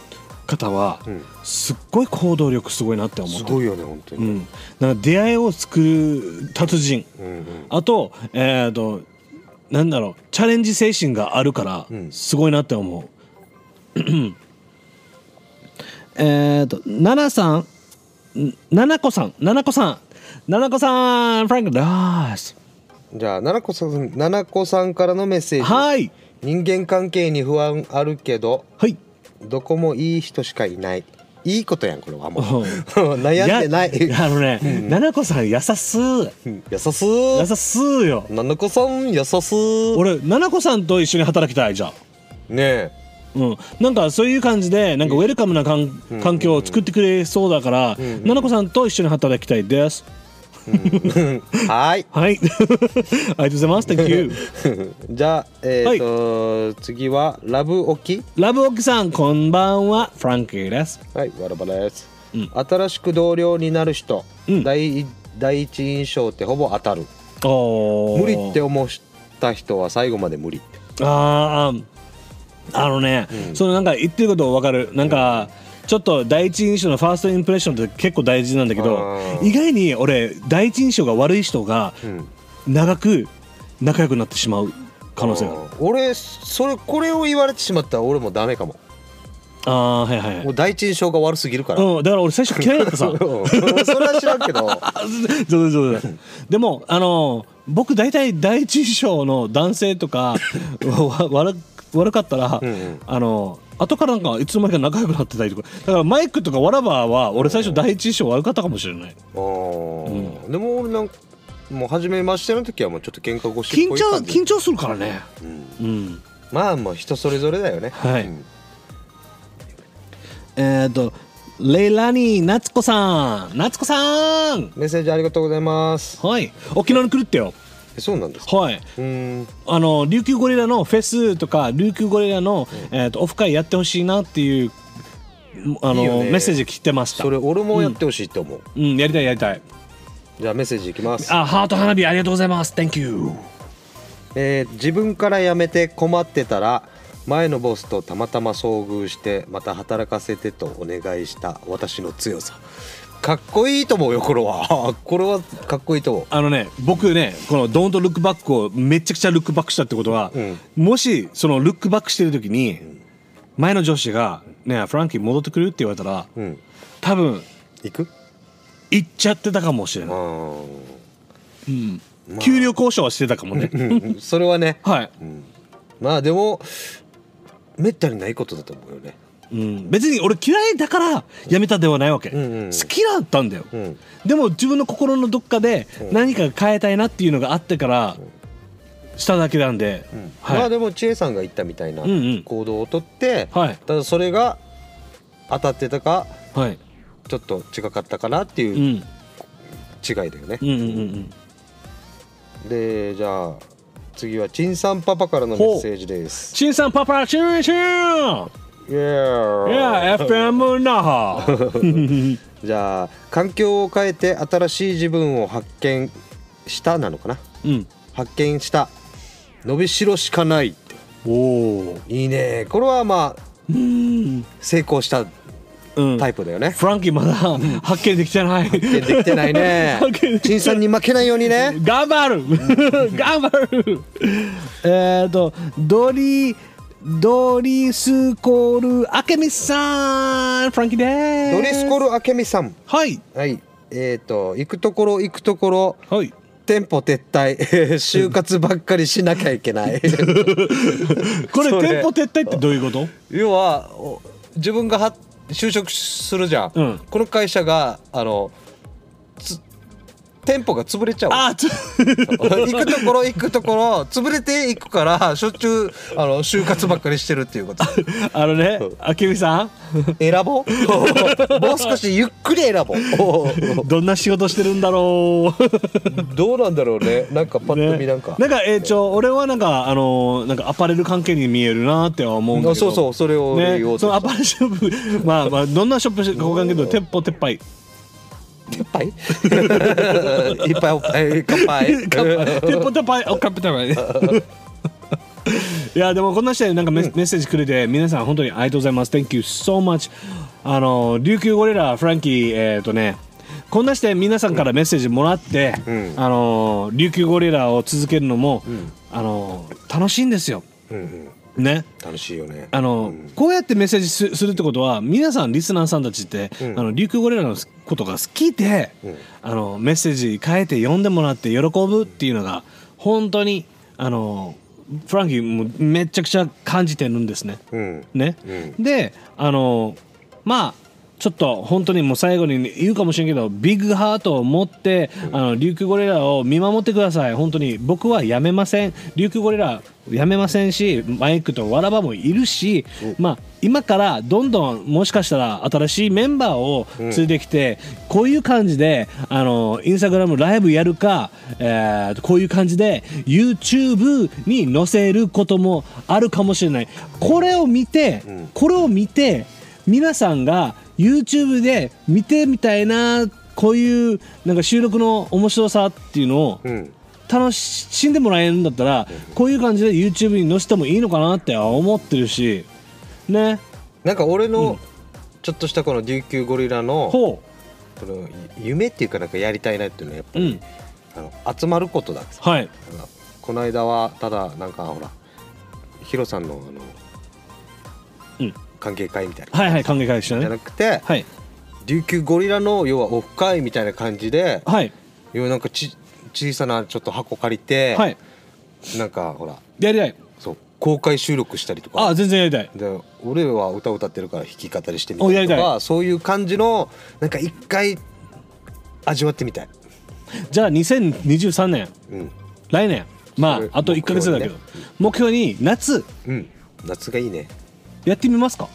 Speaker 2: 方は、
Speaker 4: うん
Speaker 2: すっごい行動力すごいなって思っ
Speaker 4: す
Speaker 2: た
Speaker 4: ごいよね本当
Speaker 2: う
Speaker 4: に、
Speaker 2: ん、なんか出会いを作る達人
Speaker 4: うんうん
Speaker 2: あとえっ、となんだろうチャレンジ精神があるから、
Speaker 4: うん
Speaker 2: すごいなって思う *clears throat* えっと奈々さんん奈々子さん奈々子さん奈々子さんフランクです
Speaker 4: じゃあ奈々子さん奈々子さんからのメッセージ
Speaker 2: はい
Speaker 4: 人間関係に不安あるけど
Speaker 2: はい
Speaker 4: どこもいい人しかいないいいことやんこれ *laughs* はもう
Speaker 2: うん
Speaker 4: 悩んでない *laughs*
Speaker 2: やあのね、ななこさん優しす
Speaker 4: 優しす
Speaker 2: 優しすよ。
Speaker 4: ななこさん優しす
Speaker 2: 俺ななこさんと一緒に働きたいじゃん。
Speaker 4: ね
Speaker 2: うん、なんかそういう感じでなんかウェルカムなかん環境を作ってくれそうだから、ななこさんと一緒に働きたいです。
Speaker 4: *laughs* えはーい
Speaker 2: はい、あ *laughs* りがとうございます。Thank
Speaker 4: *laughs*
Speaker 2: you。
Speaker 4: じゃあえっ、と、次はラブオキ
Speaker 2: ラブオキさんこんばんはフランキーです。
Speaker 4: はいわらばらです、
Speaker 2: うん
Speaker 4: 新しく同僚になる人、
Speaker 2: うん
Speaker 4: 第一第一印象ってほぼ当たる
Speaker 2: おー
Speaker 4: 無理って思った人は最後まで無理
Speaker 2: あーああのね、そのなんか言ってること分かるなんか、ちょっと第一印象のファーストインプレッションって結構大事なんだけど
Speaker 4: あー
Speaker 2: 意外に俺第一印象が悪い人が
Speaker 4: うん
Speaker 2: 長く仲良くなってしまう可能性がある
Speaker 4: うん俺それこれを言われてしまったら俺もダメかも
Speaker 2: ああーはいはい
Speaker 4: もう第一印象が悪すぎるから、
Speaker 2: うん、だから俺最初嫌いだったさ
Speaker 4: *laughs* うんそれは知らんけど
Speaker 2: そうそうそうでもあの僕大体第一印象の男性と
Speaker 4: *laughs*
Speaker 2: かわ悪悪かったら、
Speaker 4: んうん
Speaker 2: あの後からなんかいつの間にか仲良くなってたりとかだからマイクとかわらばは俺最初第一印象悪かったかもしれない
Speaker 4: うんでも俺なんかもう初めましての時はもうちょっと喧嘩腰っ
Speaker 2: 緊
Speaker 4: ぽい
Speaker 2: 張
Speaker 4: 感じ
Speaker 2: 緊張するからね
Speaker 4: うん
Speaker 2: うん
Speaker 4: まあもう人それぞれだよね
Speaker 2: はい
Speaker 4: うん
Speaker 2: えっ、とレイラニー夏子さん夏子さん
Speaker 4: メッセージありがとうございます
Speaker 2: はい沖縄に来るってよ
Speaker 4: えそうなんですか
Speaker 2: はいう
Speaker 4: ーん
Speaker 2: あの琉球ゴリラのフェスとか琉球ゴリラの、えー、とオフ会やってほしいなっていうあの
Speaker 4: いいよね
Speaker 2: メッセージ来てました
Speaker 4: それ俺もやってほしいと思う、
Speaker 2: うんやりたいやりたい
Speaker 4: じゃあメッセージいきます
Speaker 2: あハート花火ありがとうございます Thank you
Speaker 4: えー自分から辞めて困ってたら前のボスとたまたま遭遇してまた働かせてとお願いした私の強さかっこいいと思うよこれは *laughs* これはかっこいいと思
Speaker 2: あのね僕ねこの「Don't Look Back」をめちゃくちゃルックバックしたってことは、
Speaker 4: ん
Speaker 2: もしそのルックバックしてる時に前の上司が「ねえフランキー戻ってくる?」って言われたら
Speaker 4: ううん
Speaker 2: 多分
Speaker 4: 行く
Speaker 2: 行っちゃってたかもしれ
Speaker 4: あ
Speaker 2: ない、
Speaker 4: ー
Speaker 2: うん給料交渉はしてたかもね
Speaker 4: うんそれ
Speaker 2: *laughs*
Speaker 4: はね
Speaker 2: はい、
Speaker 4: まあでもめったにないことだと思うよね
Speaker 2: うん、別に俺嫌いだから辞めたではないわけ、
Speaker 4: んうん
Speaker 2: 好きだったんだよ、
Speaker 4: うん
Speaker 2: でも自分の心のどっかで何か変えたいなっていうのがあってからしただけなんで、はい、
Speaker 4: まあでも千恵さんが言ったみたいな
Speaker 2: うんうん
Speaker 4: 行動をとって、
Speaker 2: はい
Speaker 4: ただそれが当たってたか
Speaker 2: はい、、
Speaker 4: ちょっと違かったかなっていううん違い
Speaker 2: うん
Speaker 4: だよね
Speaker 2: う、んうんうん
Speaker 4: でじゃあ次は陳さんパパからのメッセージです
Speaker 2: しんさんパパチューチュー
Speaker 4: イエー
Speaker 2: い *laughs*
Speaker 4: イ
Speaker 2: や FM 那 *laughs* 覇
Speaker 4: じゃあ環境を変えて新しい自分を発見したなのかな
Speaker 2: うん
Speaker 4: 発見した伸びしろしかないって
Speaker 2: おお
Speaker 4: いいねこれはまあ
Speaker 2: うん
Speaker 4: 成功した
Speaker 2: うん
Speaker 4: タイプだよね、
Speaker 2: フランキーまだ発見できてない
Speaker 4: 発見できてないね
Speaker 2: 発見できてない
Speaker 4: 陳さんに負けないようにね
Speaker 2: *laughs* 頑張る *laughs* 頑張るえっとドリドリスコールあけみさんフランキーでーす
Speaker 4: ドリスコ
Speaker 2: ル
Speaker 4: ル明美さん
Speaker 2: はい
Speaker 4: はいえっ、と行くところ行くところ
Speaker 2: はい
Speaker 4: 店舗撤 *laughs* 退就活ばっかりしなきゃいけない
Speaker 2: これ
Speaker 4: それ
Speaker 2: 店舗撤退ってどういうこと
Speaker 4: *laughs* 要はお自分がは就職するじゃん、
Speaker 2: うん
Speaker 4: この会社があのつ店舗が潰れちゃう
Speaker 2: あつ
Speaker 4: *laughs* 行くところ行くところ潰れていくからしょっちゅうあの就活ばっかりしてるっていうこと
Speaker 2: *laughs* あのねあけみさん
Speaker 4: 選ぼう *laughs* もう少しゆっくり選ぼう
Speaker 2: どんな仕事してるんだろう
Speaker 4: どうなんだろうねなんかパッと見
Speaker 2: ね
Speaker 4: なんか、
Speaker 2: なんかえーちょ俺はなんかあのーなんかアパレル関係に見えるなっては思うんだ
Speaker 4: あ
Speaker 2: けど
Speaker 4: そうそうそれを言お
Speaker 2: ね
Speaker 4: うと
Speaker 2: その
Speaker 4: し
Speaker 2: ア
Speaker 4: た、
Speaker 2: パレルショップまあまあどんなショップかわかんないけど店舗撤廃
Speaker 4: いっぱいいっぱいおえー乾杯
Speaker 2: 店舗撤廃おカップ撤廃いやでもこんなしてなんかメッメッセージくれて皆さん本当にありがとうございます Thank you so much あの琉球ゴリラフランキーえっ、とねこんなして皆さんからメッセージもらって、
Speaker 4: ん
Speaker 2: あの琉球ゴリラを続けるのも、あの楽しいんですよ
Speaker 4: うんうん
Speaker 2: ね
Speaker 4: 楽しいよね
Speaker 2: あの、こうやってメッセージすするってことは皆さんリスナーさんたちって、
Speaker 4: ん
Speaker 2: あの琉球ゴリラのことが好きで、あのメッセージ変えて読んでもらって喜ぶっていうのが本当にあのフランキーもめちゃくちゃ感じてるんですね。
Speaker 4: うん
Speaker 2: ねであのまあちょっと本当にもう最後に言うかもしれんけどビッグハートを持ってあの琉球ゴリラを見守ってください本当に僕はやめません琉球ゴリラやめませんしマイクとわらばもいるし、まあ、今からどんどんもしかしたら新しいメンバーを連れてきて、こういう感じであのインスタグラムライブやるか、えーこういう感じで YouTube に載せることもあるかもしれないこれを見て、これを見て皆さんが YouTube で見てみたいなこういうなんか収録の面白さっていうのを
Speaker 4: うん
Speaker 2: 楽しんでもらえるんだったらこういう感じで YouTube に載せてもいいのかなって思ってるしね
Speaker 4: なんか俺のちょっとしたこの琉球ゴリラのこ
Speaker 2: ほ
Speaker 4: の夢っていうかなんかやりたいなっていうのはやっ
Speaker 2: ううん
Speaker 4: ぱあの集まることだ
Speaker 2: はい
Speaker 4: あのこの間はただなんかほらヒロさんのあの、
Speaker 2: うん
Speaker 4: 関係会みたいな、
Speaker 2: はいはい歓迎会でした
Speaker 4: じゃな
Speaker 2: ね
Speaker 4: くて、
Speaker 2: はい
Speaker 4: 琉球ゴリラの要はオフ会みたいな感じで、
Speaker 2: はい
Speaker 4: 要はなんかち小さなちょっと箱借りて、
Speaker 2: はい
Speaker 4: なんかほら
Speaker 2: やりたい
Speaker 4: そう公開収録したりとか
Speaker 2: あ全然やりたい
Speaker 4: で俺は歌歌ってるから弾き語りしてみ
Speaker 2: お
Speaker 4: た
Speaker 2: や
Speaker 4: り
Speaker 2: り
Speaker 4: と
Speaker 2: た
Speaker 4: かそういう感じのなんか一回味わってみたい、
Speaker 2: じゃあ2023年
Speaker 4: うん
Speaker 2: 来年ま
Speaker 4: それ
Speaker 2: ああと1か月だけど目標に夏
Speaker 4: うん、夏がいいね
Speaker 2: やってみますか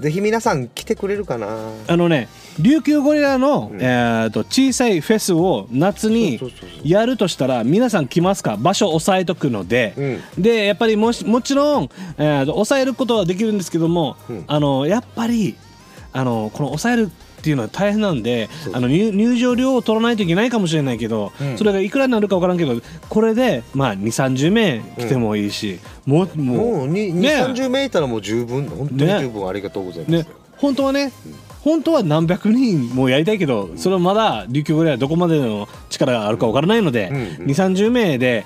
Speaker 4: ぜひ皆さん来てくれるかな
Speaker 2: あのね琉球ゴリラの、えー、と小さいフェスを夏に
Speaker 4: そうそうそうそう
Speaker 2: やるとしたら皆さん来ますか場所押さえとくので、でやっぱりもしもちろん、えーと抑えることはできるんですけども、
Speaker 4: うん
Speaker 2: あのやっぱりあのこの抑えるっていうのは大変なんであの入入場料を取らないといけないかもしれないけど、それがいくらになるか分からんけどこれで、まあ、2 3 0名来てもいいし、もうもう
Speaker 4: もう2 3
Speaker 2: ね
Speaker 4: 0メーターもう十分本当に十分ありがとうございます、
Speaker 2: ね、本当はね、本当は何百人もやりたいけどそれはまだ琉球ぐらいはどこまでの力があるかわからないので、
Speaker 4: うんうん
Speaker 2: 2 3 0名で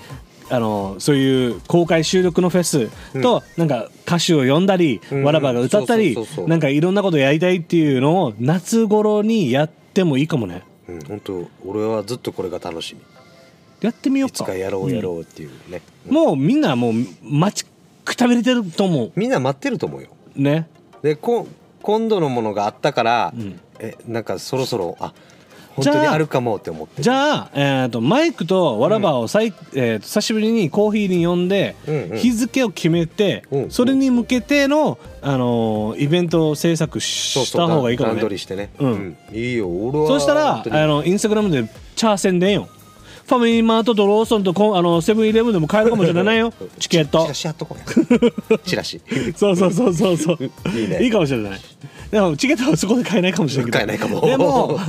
Speaker 2: あのそういう公開収録のフェスと、なんか歌手を呼んだり、
Speaker 4: ん
Speaker 2: わらばが歌ったり
Speaker 4: そうそうそうそう
Speaker 2: なんかいろんなことやりたいっていうのを夏頃にやってもいいかもね
Speaker 4: うん、本当俺はずっとこれが楽しみ
Speaker 2: やってみよう
Speaker 4: い
Speaker 2: か
Speaker 4: つかやろうやろうっていうね、
Speaker 2: うんもうみんなもう待ちくたびれてると思
Speaker 4: みんな待ってると思うよ
Speaker 2: うね
Speaker 4: でこ今度のものがあったから、
Speaker 2: うん
Speaker 4: えなんかそろそろあ本
Speaker 2: じゃあ
Speaker 4: 当にあるかもって思ってる
Speaker 2: じゃあ、えー、とマイクとわらばをさい、えーと久しぶりにコーヒーに呼んで、
Speaker 4: うんうん
Speaker 2: 日付を決めて、
Speaker 4: うん
Speaker 2: それに向けての、あのーイベントを制作し
Speaker 4: そう
Speaker 2: し
Speaker 4: そう
Speaker 2: た方がいいかも
Speaker 4: 段
Speaker 2: ね
Speaker 4: 段取りしてね、
Speaker 2: うん
Speaker 4: いいよ俺は
Speaker 2: そうしたら
Speaker 4: 本
Speaker 2: あ
Speaker 4: 当に
Speaker 2: のインスタグラムでチャーせんでんよファミリーマートとローソンとコンあのセブンイレブンでも買えるかもしれない
Speaker 4: *laughs*
Speaker 2: よチケット
Speaker 4: チラシやっとこうや *laughs* チラシ
Speaker 2: そうそうそうそうそう
Speaker 4: いいね
Speaker 2: いいかもしれないでもチケットはそこで買えないかもしれないけど
Speaker 4: 買えないかも
Speaker 2: でも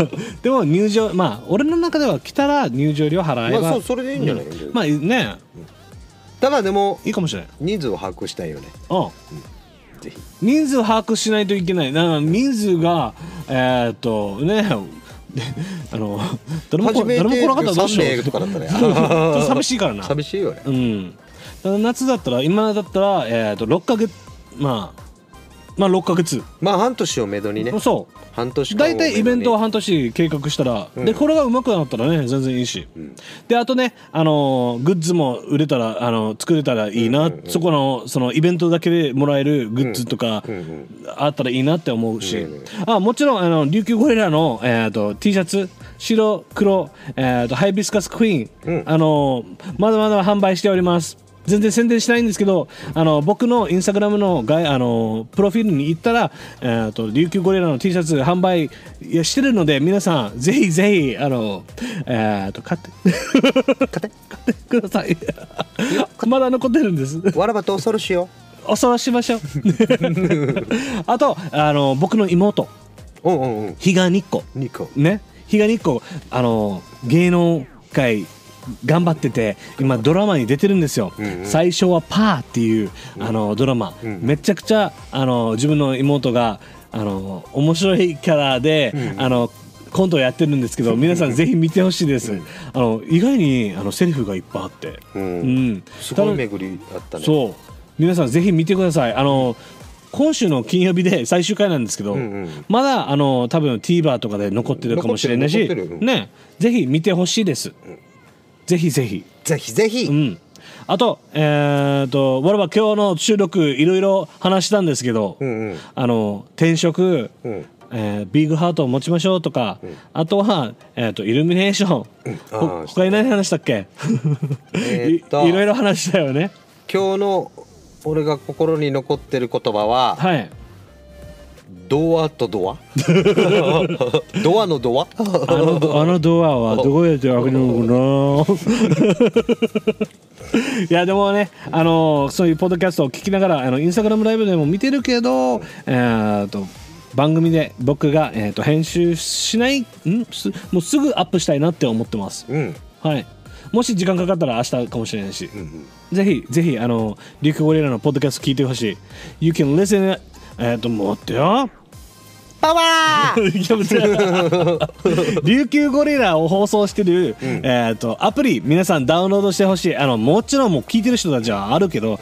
Speaker 2: でも入場まあ俺の中では来たら入場料払えば、
Speaker 4: まあそうそれでいいんじゃない
Speaker 2: うんまあね
Speaker 4: ただでも
Speaker 2: いいかもしれない
Speaker 4: 人数を把握したいよね
Speaker 2: うん
Speaker 4: ぜひ
Speaker 2: 人数把握しないといけないなんか人数がえーっとね *laughs* であの誰も
Speaker 4: 初
Speaker 2: こ
Speaker 4: め
Speaker 2: 誰
Speaker 4: て
Speaker 2: も来なかったらどうし
Speaker 4: 3
Speaker 2: よ
Speaker 4: 名
Speaker 2: う
Speaker 4: とかだった
Speaker 2: *laughs*
Speaker 4: ね
Speaker 2: ちょっと寂しいからな
Speaker 4: *laughs* 寂しいよね
Speaker 2: うん、夏だったら今だったら、えー、と6ヶ月まあまあ6ヶ月、
Speaker 4: まあ半年をめどにね
Speaker 2: そう
Speaker 4: 半年間を
Speaker 2: 大
Speaker 4: めどに
Speaker 2: 体イベントは半年計画したら、
Speaker 4: うん
Speaker 2: でこれがうまくなったらね全然いいし、
Speaker 4: ん
Speaker 2: であとね、あのーグッズも売れたら、あのー作れたらいいな、
Speaker 4: うんうんうん
Speaker 2: そこのそのイベントだけでもらえるグッズとか、
Speaker 4: うんうん
Speaker 2: あったらいいなって思うし、
Speaker 4: うんうん
Speaker 2: あもちろんあの琉球ゴリラの、えー、と T シャツ白黒、えー、とハイビスカスクイーン、
Speaker 4: うん
Speaker 2: あのまだまだ販売しております全然宣伝しないんですけどあの僕のインスタグラムのがあのプロフィールに行ったら、えー、と琉球ゴリラの T シャツ販売いやしてるので皆さんぜひぜひあの、えー、と買って *laughs* 買って買ってください *laughs* まだ残ってるんです
Speaker 4: わらばと恐ろしいよ
Speaker 2: 恐ろしま
Speaker 4: *laughs*
Speaker 2: しょうあとあの僕の妹
Speaker 4: うんうんうん
Speaker 2: 比嘉日光
Speaker 4: ニコ
Speaker 2: ね比嘉日光あの芸能界頑張ってて今ドラマに出てるんですよ、
Speaker 4: うんうん
Speaker 2: 最初は「パー」っていうあのドラマ、
Speaker 4: うん
Speaker 2: めちゃくちゃあの自分の妹があの面白いキャラで、あのコントをやってるんですけど皆さんぜひ見てほしいです、あの意外にあのセリフがいっぱいあって、
Speaker 4: うん
Speaker 2: うん、
Speaker 4: すごい巡りあったね
Speaker 2: そう皆さんぜひ見てくださいあの今週の金曜日で最終回なんですけど、
Speaker 4: んうん
Speaker 2: まだあの多分 TVer とかで残ってるかもしれないし、
Speaker 4: 残ってる残ってる
Speaker 2: ねぜひ見てほしいです、ぜひぜひ
Speaker 4: ぜひぜひ
Speaker 2: うんあとえー、と我々今日の収録いろいろ話したんですけど、
Speaker 4: うんうん
Speaker 2: あの転職、
Speaker 4: うん
Speaker 2: えービッグハートを持ちましょうとか、あとは、えー、とイルミネーション、
Speaker 4: あ
Speaker 2: ほ
Speaker 4: ー
Speaker 2: 他に何話したっけ、
Speaker 4: えーっと
Speaker 2: *laughs* いいろいろ話したよね
Speaker 4: 今日の俺が心に残ってる言葉は、
Speaker 2: はい
Speaker 4: ドア
Speaker 2: *laughs*
Speaker 4: とドアドアのドア
Speaker 2: あのドあのドアはどうやって開けるのかな *laughs* いやでもね、あのそういうポッドキャストを聞きながらあのインスタグラムライブでも見てるけど、えー、と番組で僕が、えー、と編集しないんすもうすぐアップしたいなって思ってます、
Speaker 4: うん
Speaker 2: はい、もし時間かかったら明日かもしれないし、ぜひぜひあのリュック・ゴリラのポッドキャスト聞いてほしい You can listen えっ、と待ってよ
Speaker 4: パワー
Speaker 2: *laughs* いや別に *laughs* 琉球ゴリラを放送してる、えー、とアプリ皆さんダウンロードしてほしいあのもちろんもう聞いてる人たちはあるけど、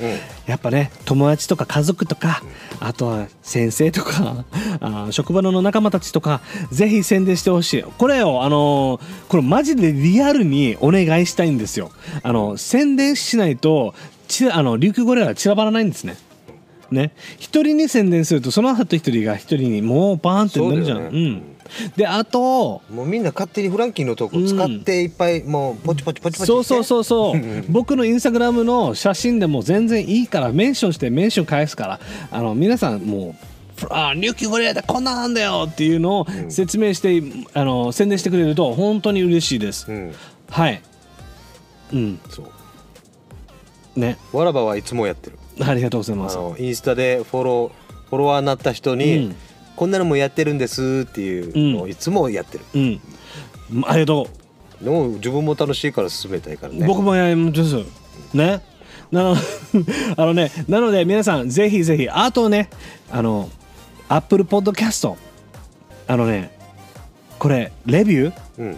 Speaker 2: やっぱね友達とか家族とかあとは先生とか *laughs* あー職場の仲間たちとかぜひ宣伝してほしいこれをあのーこれマジでリアルにお願いしたいんですよあの宣伝しないとちあの琉球ゴリラは散らばらないんですねね、一人に宣伝するとその後一人が一人にもうバーンってなるじゃん
Speaker 4: そううだよね
Speaker 2: ん、であと
Speaker 4: もうみんな勝手にフランキーのトーク使っていっぱいもうポチポチポチポチ
Speaker 2: そうそう
Speaker 4: う
Speaker 2: そうそう僕のインスタグラムの写真でも全然いいからメンションしてメンション返すからあの皆さんもう「あ琉球ゴリラってこんなんなんだよ」っていうのを説明して、あの宣伝してくれると本当に嬉しいです、
Speaker 4: うん
Speaker 2: はいうん
Speaker 4: そう
Speaker 2: ね
Speaker 4: わらばはいつもやってる
Speaker 2: ありがとうござい
Speaker 4: あ
Speaker 2: ます
Speaker 4: のインスタでフォローフォロワーになった人に、
Speaker 2: うん
Speaker 4: こんなのもやってるんですっていうのをいつもやってる、
Speaker 2: うんありがとう
Speaker 4: でも自分も楽しいから進めたいからね
Speaker 2: 僕もやりますねなの *laughs* あのねなので皆さんぜひぜひあとねあの Apple Podcast あのねこれレビュー
Speaker 4: うん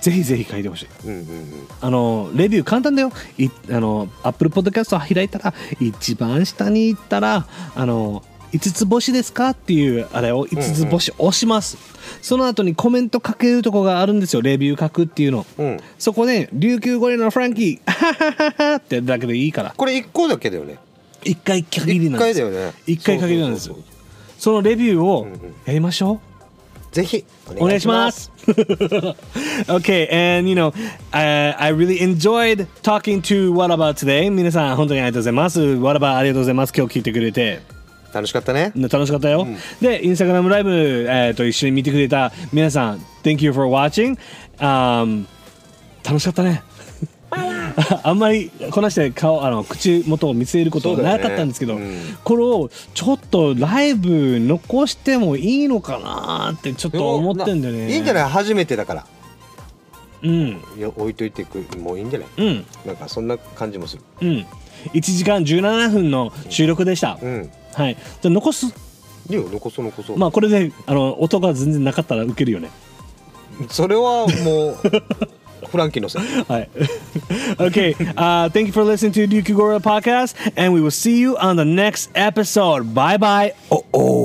Speaker 2: ぜひぜひ書いてほしい
Speaker 4: うんうんうん
Speaker 2: あのレビュー簡単だよいあのアップルポッドキャスト開いたら一番下に行ったらあの5つ星ですかっていうあれを5つ星押します、その後にコメント書けるとこがあるんですよレビュー書くっていうの
Speaker 4: うん
Speaker 2: そこで琉球ゴリラのフランキーアハハハハってだけでいいから
Speaker 4: これ一個だけだよね
Speaker 2: 一回限り
Speaker 4: 一
Speaker 2: なんで
Speaker 4: 回
Speaker 2: す
Speaker 4: だ
Speaker 2: よ
Speaker 4: よね
Speaker 2: 一回限りなんです
Speaker 4: そう
Speaker 2: よ
Speaker 4: そうそう
Speaker 2: そのレビューをやりましょう、
Speaker 4: ぜひ
Speaker 2: お願いします。okay, *laughs* and you know, I, I really enjoyed talking to What About today. 皆さん、本当にありがとうございます。What About ありがとうございます。今日聞いてくれて。
Speaker 4: 楽しかったね
Speaker 2: ね楽しかったよ。で、インスタグラムライブ、えー、と一緒に見てくれた皆さん、Thank you for watching、um,。楽しかったね。 *laughs* あんまりこなして顔あの口元を見据えることは
Speaker 4: そうだよ
Speaker 2: な
Speaker 4: ね
Speaker 2: かったんですけど、
Speaker 4: うん
Speaker 2: これをちょっとライブ残してもいいのかなってちょっと思ってんだよね
Speaker 4: いいんじゃない初めてだから
Speaker 2: うん
Speaker 4: いや置いといていくもういいんじゃない
Speaker 2: うん
Speaker 4: なんかそんな感じもする
Speaker 2: うん1時間17分の収録でした、
Speaker 4: うん
Speaker 2: はいじゃあ残す
Speaker 4: いいよ残そう残そう
Speaker 2: まあこれであの音が全然なかったらウケるよね
Speaker 4: それはもう *laughs* フランキーのせい
Speaker 2: はい *laughs* okay uh, thank you for listening to the Gorilla podcast and we will see you on the next episode bye bye oh oh